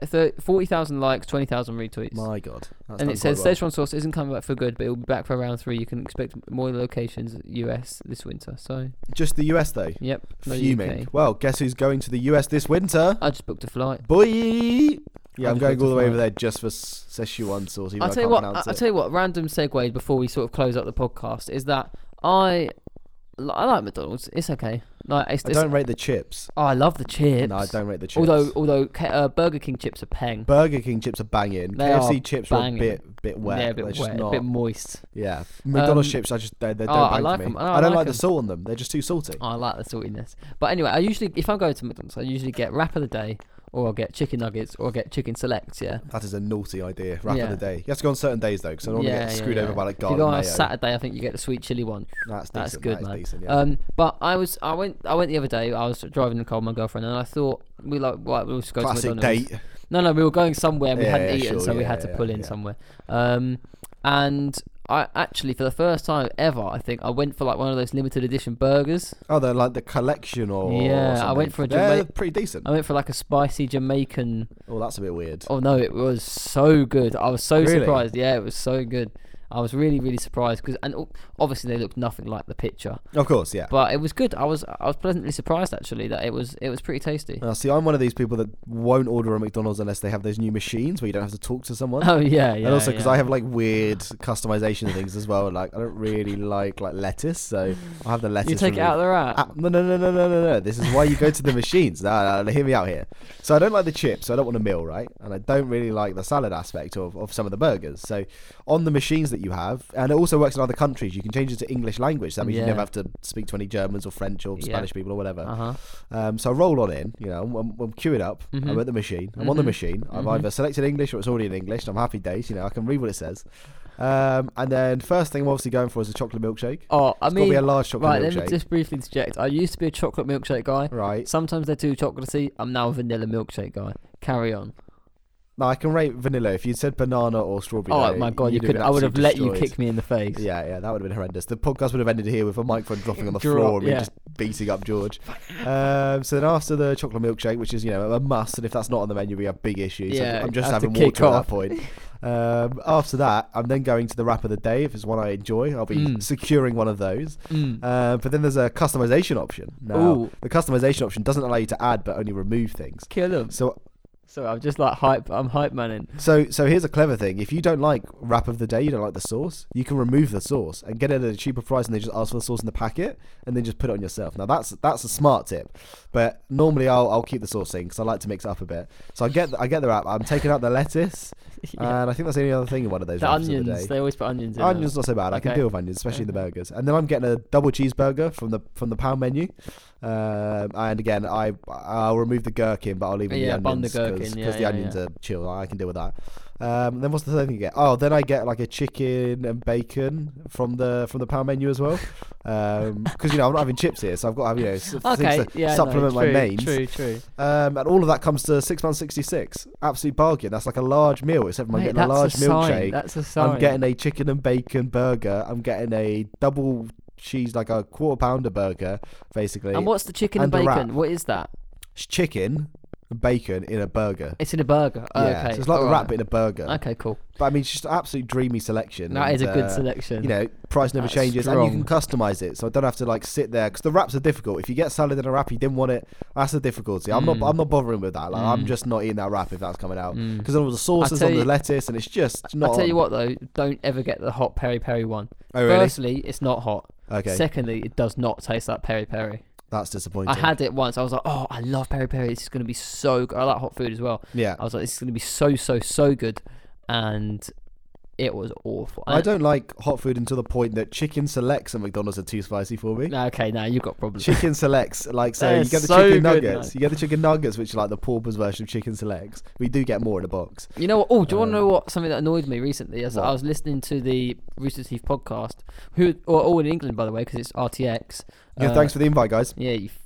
Speaker 1: thir- 40,000 likes, 20,000 retweets.
Speaker 2: My God. That's
Speaker 1: and
Speaker 2: done
Speaker 1: it says
Speaker 2: quite well.
Speaker 1: Szechuan sauce isn't coming back for good, but it will be back for round three. You can expect more locations US this winter. So,
Speaker 2: just the US though.
Speaker 1: yep. No
Speaker 2: Fuming.
Speaker 1: UK.
Speaker 2: Well, guess who's going to the US this winter?
Speaker 1: I just booked a flight.
Speaker 2: Boy. Yeah,
Speaker 1: I
Speaker 2: I'm
Speaker 1: just
Speaker 2: going
Speaker 1: got
Speaker 2: all the way
Speaker 1: to
Speaker 2: over there just for s- Szechuan sauce. Even
Speaker 1: I'll
Speaker 2: though I
Speaker 1: tell you
Speaker 2: can't
Speaker 1: what.
Speaker 2: pronounce
Speaker 1: I'll
Speaker 2: it.
Speaker 1: tell you what. Random segue before we sort of close up the podcast is that I, I like McDonald's. It's okay. Like it's,
Speaker 2: I
Speaker 1: it's-
Speaker 2: don't rate the chips.
Speaker 1: Oh, I love the chips.
Speaker 2: No, I don't rate the chips.
Speaker 1: Although, although K- uh, Burger King chips are peng.
Speaker 2: Burger King chips are banging.
Speaker 1: They
Speaker 2: KFC
Speaker 1: are
Speaker 2: chips are a
Speaker 1: banging.
Speaker 2: bit bit wet.
Speaker 1: Yeah, a
Speaker 2: They're
Speaker 1: bit
Speaker 2: just
Speaker 1: wet,
Speaker 2: not-
Speaker 1: a bit moist.
Speaker 2: yeah, McDonald's
Speaker 1: Um,
Speaker 2: chips. I just they, they
Speaker 1: oh,
Speaker 2: don't
Speaker 1: I
Speaker 2: bang for
Speaker 1: like
Speaker 2: me.
Speaker 1: 'em. Oh,
Speaker 2: I
Speaker 1: I
Speaker 2: don't
Speaker 1: like
Speaker 2: like the
Speaker 1: 'em.
Speaker 2: salt on them. They're just too salty.
Speaker 1: Oh, I like the saltiness. But anyway, I usually, if I go to McDonald's, I usually get wrap of the day, or I'll get chicken nuggets, or I'll get chicken selects. Yeah.
Speaker 2: That is a naughty idea. Wrap of
Speaker 1: Yeah.
Speaker 2: the day. You have to go on certain days though, because I don't want to
Speaker 1: Yeah,
Speaker 2: get
Speaker 1: yeah,
Speaker 2: screwed over
Speaker 1: yeah.
Speaker 2: by like
Speaker 1: if you
Speaker 2: garlic
Speaker 1: go on
Speaker 2: mayo.
Speaker 1: a Saturday, I think you get the sweet chili one.
Speaker 2: that's decent.
Speaker 1: That's good,
Speaker 2: that is
Speaker 1: man.
Speaker 2: decent, yeah.
Speaker 1: Um, but I was, I went, I went the other day. I was driving in the car with my girlfriend, and I thought we like, well, we'll just go to
Speaker 2: Classic
Speaker 1: McDonald's.
Speaker 2: date.
Speaker 1: No, no, we were going somewhere and we
Speaker 2: Yeah,
Speaker 1: hadn't
Speaker 2: yeah,
Speaker 1: eaten,
Speaker 2: sure,
Speaker 1: so we
Speaker 2: yeah,
Speaker 1: had to
Speaker 2: yeah,
Speaker 1: pull in
Speaker 2: yeah.
Speaker 1: somewhere. Um, and I actually, for the first time ever, I think I went for like one of those limited edition burgers.
Speaker 2: Oh, they're like the collection or
Speaker 1: Yeah, I
Speaker 2: something.
Speaker 1: went for a
Speaker 2: They're
Speaker 1: Jama-
Speaker 2: pretty decent.
Speaker 1: I went for like a spicy Jamaican.
Speaker 2: Oh, that's a bit weird.
Speaker 1: Oh no, it was so good. I was so
Speaker 2: Really?
Speaker 1: surprised. Yeah, it was so good. I was really, really surprised because, and o- obviously they looked nothing like the picture,
Speaker 2: Of course, yeah.
Speaker 1: but it was good. I was, I was pleasantly surprised actually that it was, it was pretty tasty.
Speaker 2: Uh, see, I'm one of these people that won't order a McDonald's unless they have those new machines where you don't have to talk to someone.
Speaker 1: Oh yeah, yeah.
Speaker 2: and also because
Speaker 1: yeah.
Speaker 2: I have like weird customization things as well. Like I don't really like like lettuce, so I have the lettuce.
Speaker 1: you take it
Speaker 2: removed.
Speaker 1: out of the wrap.
Speaker 2: Ah, no, no, no, no, no, no, no. This is why you go to the machines. No, no, no, hear me out here. So I don't like the chips. So I don't want a meal, right? And I don't really like the salad aspect of, of some of the burgers. So on the machines that you have, and it also works in other countries, you can change it to English language. That means you
Speaker 1: Yeah.
Speaker 2: never have to speak to any Germans or French or
Speaker 1: Yeah.
Speaker 2: Spanish people or whatever.
Speaker 1: Uh huh.
Speaker 2: Um, so I roll on in, you know, I'm, I'm, I'm queuing up. I'm
Speaker 1: Mhm.
Speaker 2: at the machine. I'm on the
Speaker 1: Mhm.
Speaker 2: machine. I've
Speaker 1: Mhm.
Speaker 2: either selected English or it's already in English. And I'm happy days, you know, I can read what it says. Um, and then first thing I'm obviously going for is a chocolate milkshake.
Speaker 1: Oh, I
Speaker 2: It's got to
Speaker 1: mean,
Speaker 2: be a large chocolate
Speaker 1: Right,
Speaker 2: milkshake.
Speaker 1: let me just briefly interject. I used to be a chocolate milkshake guy.
Speaker 2: Right.
Speaker 1: Sometimes they're too chocolatey. I'm now a vanilla milkshake guy. Carry on.
Speaker 2: No, I can rate vanilla. If you'd said banana or strawberry,
Speaker 1: oh
Speaker 2: though,
Speaker 1: my god, you
Speaker 2: you'd have
Speaker 1: could.
Speaker 2: been
Speaker 1: I would have
Speaker 2: absolutely
Speaker 1: let you
Speaker 2: destroyed.
Speaker 1: kick me in the face.
Speaker 2: Yeah, yeah, that would have been horrendous. The podcast would have ended here with a microphone dropping on the
Speaker 1: Drop,
Speaker 2: floor and me
Speaker 1: yeah.
Speaker 2: just beating up George. Um, so then after the chocolate milkshake, which is you know a must, and if that's not on the menu, we have big issues. I'm-
Speaker 1: Yeah,
Speaker 2: I'm just
Speaker 1: have to
Speaker 2: having
Speaker 1: kick
Speaker 2: water at
Speaker 1: off.
Speaker 2: that point. Um, after that, I'm then going to the wrap of the day. If it's one I enjoy, I'll be
Speaker 1: Mm.
Speaker 2: securing one of those.
Speaker 1: Mm.
Speaker 2: Uh, but then there's a customization option. Now,
Speaker 1: Ooh,
Speaker 2: the customization option doesn't allow you to add, but only remove things.
Speaker 1: kill him.
Speaker 2: So
Speaker 1: Sorry, I'm just like hype. I'm hype manning.
Speaker 2: So, so here's a clever thing. If you don't like wrap of the day, you don't like the sauce, you can remove the sauce and get it at a cheaper price, and they just ask for the sauce in the packet, and then just put it on yourself. Now that's that's a smart tip, but normally I'll, I'll keep the sauce in because I like to mix it up a bit. So I get the, I get the wrap. I'm taking out the lettuce,
Speaker 1: Yeah.
Speaker 2: and I think that's the only other thing in one of those.
Speaker 1: the
Speaker 2: wraps of
Speaker 1: onions.
Speaker 2: the day.
Speaker 1: they always put onions in. them.
Speaker 2: Onions not so bad. I can
Speaker 1: Okay.
Speaker 2: deal with onions, especially the
Speaker 1: Fair
Speaker 2: burgers. And then I'm getting a double cheeseburger from the from the pound menu. Um, and again, I I'll remove the gherkin, but I'll leave in
Speaker 1: Yeah,
Speaker 2: the
Speaker 1: bun the
Speaker 2: onions because
Speaker 1: gherkin, yeah,
Speaker 2: the
Speaker 1: yeah,
Speaker 2: onions
Speaker 1: yeah.
Speaker 2: are chill. I can deal with that. Um, and then what's the third thing you get? Oh, then I get like a chicken and bacon from the from the pound menu as well. because you know I'm not having chips here, so I've got to have you know s-
Speaker 1: Okay,
Speaker 2: things to
Speaker 1: yeah, no,
Speaker 2: supplement my
Speaker 1: true,
Speaker 2: mains.
Speaker 1: True, true.
Speaker 2: Um, and all of that comes to six pounds sixty six. Absolute bargain. That's like a large meal, except for I'm
Speaker 1: Mate,
Speaker 2: getting a
Speaker 1: that's
Speaker 2: large
Speaker 1: a sign.
Speaker 2: milkshake.
Speaker 1: That's a sign.
Speaker 2: I'm getting a chicken and bacon burger. I'm getting a double cheese, like a quarter pounder burger, basically.
Speaker 1: And what's the chicken and,
Speaker 2: and a wrap.
Speaker 1: bacon? What is that?
Speaker 2: It's chicken and bacon in a burger.
Speaker 1: It's in a burger. Oh,
Speaker 2: yeah,
Speaker 1: okay.
Speaker 2: so it's like the
Speaker 1: alright.
Speaker 2: wrap in a burger.
Speaker 1: Okay, cool.
Speaker 2: But I mean, it's just an absolute dreamy selection.
Speaker 1: That is a
Speaker 2: and,
Speaker 1: good
Speaker 2: uh,
Speaker 1: selection.
Speaker 2: You know, price never
Speaker 1: That's
Speaker 2: changes, and you
Speaker 1: strong.
Speaker 2: can customize it, so I don't have to like sit there because the wraps are difficult. If you get salad in a wrap, you didn't want it. That's the difficulty. I'm
Speaker 1: Mm.
Speaker 2: not. I'm not bothering with that. Like, I'm
Speaker 1: Mm.
Speaker 2: just not eating that wrap if that's coming out
Speaker 1: Mm.
Speaker 2: because all the sauces
Speaker 1: tell
Speaker 2: on the
Speaker 1: you-
Speaker 2: lettuce, and it's just not.
Speaker 1: I'll tell you what
Speaker 2: on.
Speaker 1: though, don't ever get the hot peri peri one.
Speaker 2: Oh really?
Speaker 1: Firstly, it's not hot.
Speaker 2: okay,
Speaker 1: Secondly, it does not taste like peri peri.
Speaker 2: that's disappointing.
Speaker 1: I had it once. I was like, oh, I love peri peri. This is going to be so good. I like hot food as well.
Speaker 2: Yeah.
Speaker 1: I was like, this is going to be so, so, so good. And it was awful.
Speaker 2: I don't like hot food until the point that chicken selects at McDonald's are too spicy for me.
Speaker 1: No, okay, now you've got problems.
Speaker 2: Chicken selects, like so,
Speaker 1: They're
Speaker 2: you get the
Speaker 1: so
Speaker 2: chicken
Speaker 1: good, man.
Speaker 2: nuggets. You get the chicken nuggets, which are like the pauper's version of chicken selects. We do get more in a box.
Speaker 1: You know what? Oh, do you want to know
Speaker 2: Um,
Speaker 1: what something that annoyed me recently? As I
Speaker 2: What?
Speaker 1: was listening to the Rooster Teeth podcast, who are all in England, by the way, because it's RTX.
Speaker 2: Yeah,
Speaker 1: Uh,
Speaker 2: thanks for the invite, guys.
Speaker 1: Yeah, you. F-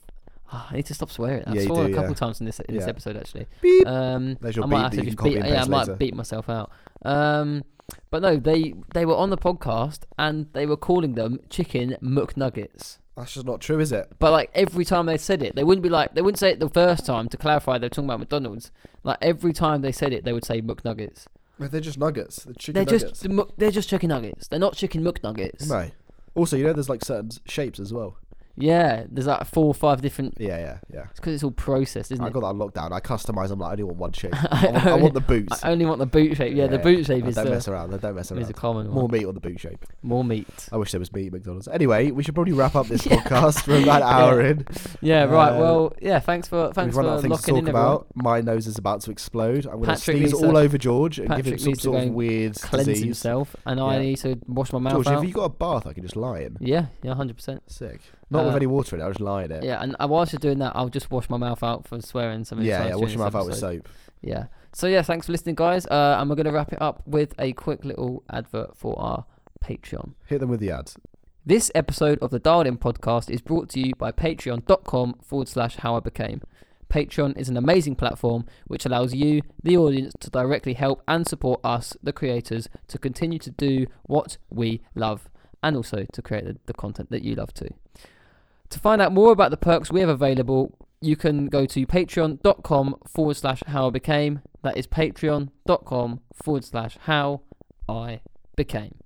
Speaker 1: Ah, I need to stop swearing. I
Speaker 2: Yeah, you
Speaker 1: swore
Speaker 2: do,
Speaker 1: a couple
Speaker 2: yeah.
Speaker 1: times in this in this
Speaker 2: Yeah.
Speaker 1: episode actually.
Speaker 2: Beep.
Speaker 1: Um,
Speaker 2: There's your
Speaker 1: I
Speaker 2: beat
Speaker 1: might
Speaker 2: that
Speaker 1: have to
Speaker 2: you can
Speaker 1: just
Speaker 2: copy
Speaker 1: beat.
Speaker 2: and
Speaker 1: Yeah, I
Speaker 2: paste
Speaker 1: might
Speaker 2: later.
Speaker 1: beat myself out. Um, but no, they they were on the podcast and they were calling them chicken McNuggets.
Speaker 2: That's just not true, is it?
Speaker 1: But like every time they said it, they wouldn't be like they wouldn't say it the first time to clarify they're talking about McDonald's. Like every time they said it, they would say McNuggets.
Speaker 2: But they're just nuggets. The chicken
Speaker 1: They're
Speaker 2: nuggets.
Speaker 1: just mc- they're just chicken nuggets. They're not chicken McNuggets.
Speaker 2: no. Also, you know, there's like certain shapes as well.
Speaker 1: Yeah, there's like four or five different.
Speaker 2: Yeah, yeah, yeah.
Speaker 1: It's because it's all processed, isn't
Speaker 2: I
Speaker 1: it?
Speaker 2: got that on lockdown. I customize. I'm like, I only want one shape. I want, I want the boots.
Speaker 1: I only want the boot shape. Yeah, the
Speaker 2: Yeah,
Speaker 1: boot shape
Speaker 2: Like,
Speaker 1: is
Speaker 2: don't
Speaker 1: the,
Speaker 2: mess around. like, Don't mess
Speaker 1: is a
Speaker 2: around.
Speaker 1: common one.
Speaker 2: More meat Oh, on the boot shape.
Speaker 1: More meat.
Speaker 2: I wish there was meat at McDonald's. Anyway, we should probably wrap up this podcast. We're about an hour
Speaker 1: Yeah.
Speaker 2: in.
Speaker 1: Yeah, right.
Speaker 2: Uh,
Speaker 1: well, yeah. Thanks for thanks
Speaker 2: We've
Speaker 1: for
Speaker 2: run out
Speaker 1: locking
Speaker 2: of things to
Speaker 1: in
Speaker 2: talk
Speaker 1: everyone.
Speaker 2: about. My nose is about to explode. I'm going to
Speaker 1: Patrick
Speaker 2: sneeze
Speaker 1: needs to-
Speaker 2: all over George and give him
Speaker 1: Patrick
Speaker 2: some
Speaker 1: needs to
Speaker 2: sort
Speaker 1: go
Speaker 2: of
Speaker 1: and
Speaker 2: weird
Speaker 1: Cleanse
Speaker 2: disease.
Speaker 1: himself, and I
Speaker 2: Yeah.
Speaker 1: need to wash my mouth
Speaker 2: George,
Speaker 1: out.
Speaker 2: have you got a bath I can just lie in?
Speaker 1: Yeah, yeah, hundred percent.
Speaker 2: Sick. Not
Speaker 1: Uh,
Speaker 2: with any water in it. I'll just lie in it.
Speaker 1: Yeah, and uh, whilst you're doing that, I'll just wash my mouth out for swearing something.
Speaker 2: yeah, yeah. Wash your mouth out with soap.
Speaker 1: Yeah. So yeah, thanks for listening, guys. Uh, and we're gonna wrap it up with a quick little advert for our Patreon.
Speaker 2: Hit them with the ads.
Speaker 1: This episode of the Dialed In podcast is brought to you by patreon.com forward slash how I became. Patreon is an amazing platform which allows you, the audience, to directly help and support us, the creators, to continue to do what we love and also to create the, the content that you love too. To find out more about the perks we have available, you can go to patreon.com forward slash how I became. That is patreon.com forward slash how I became.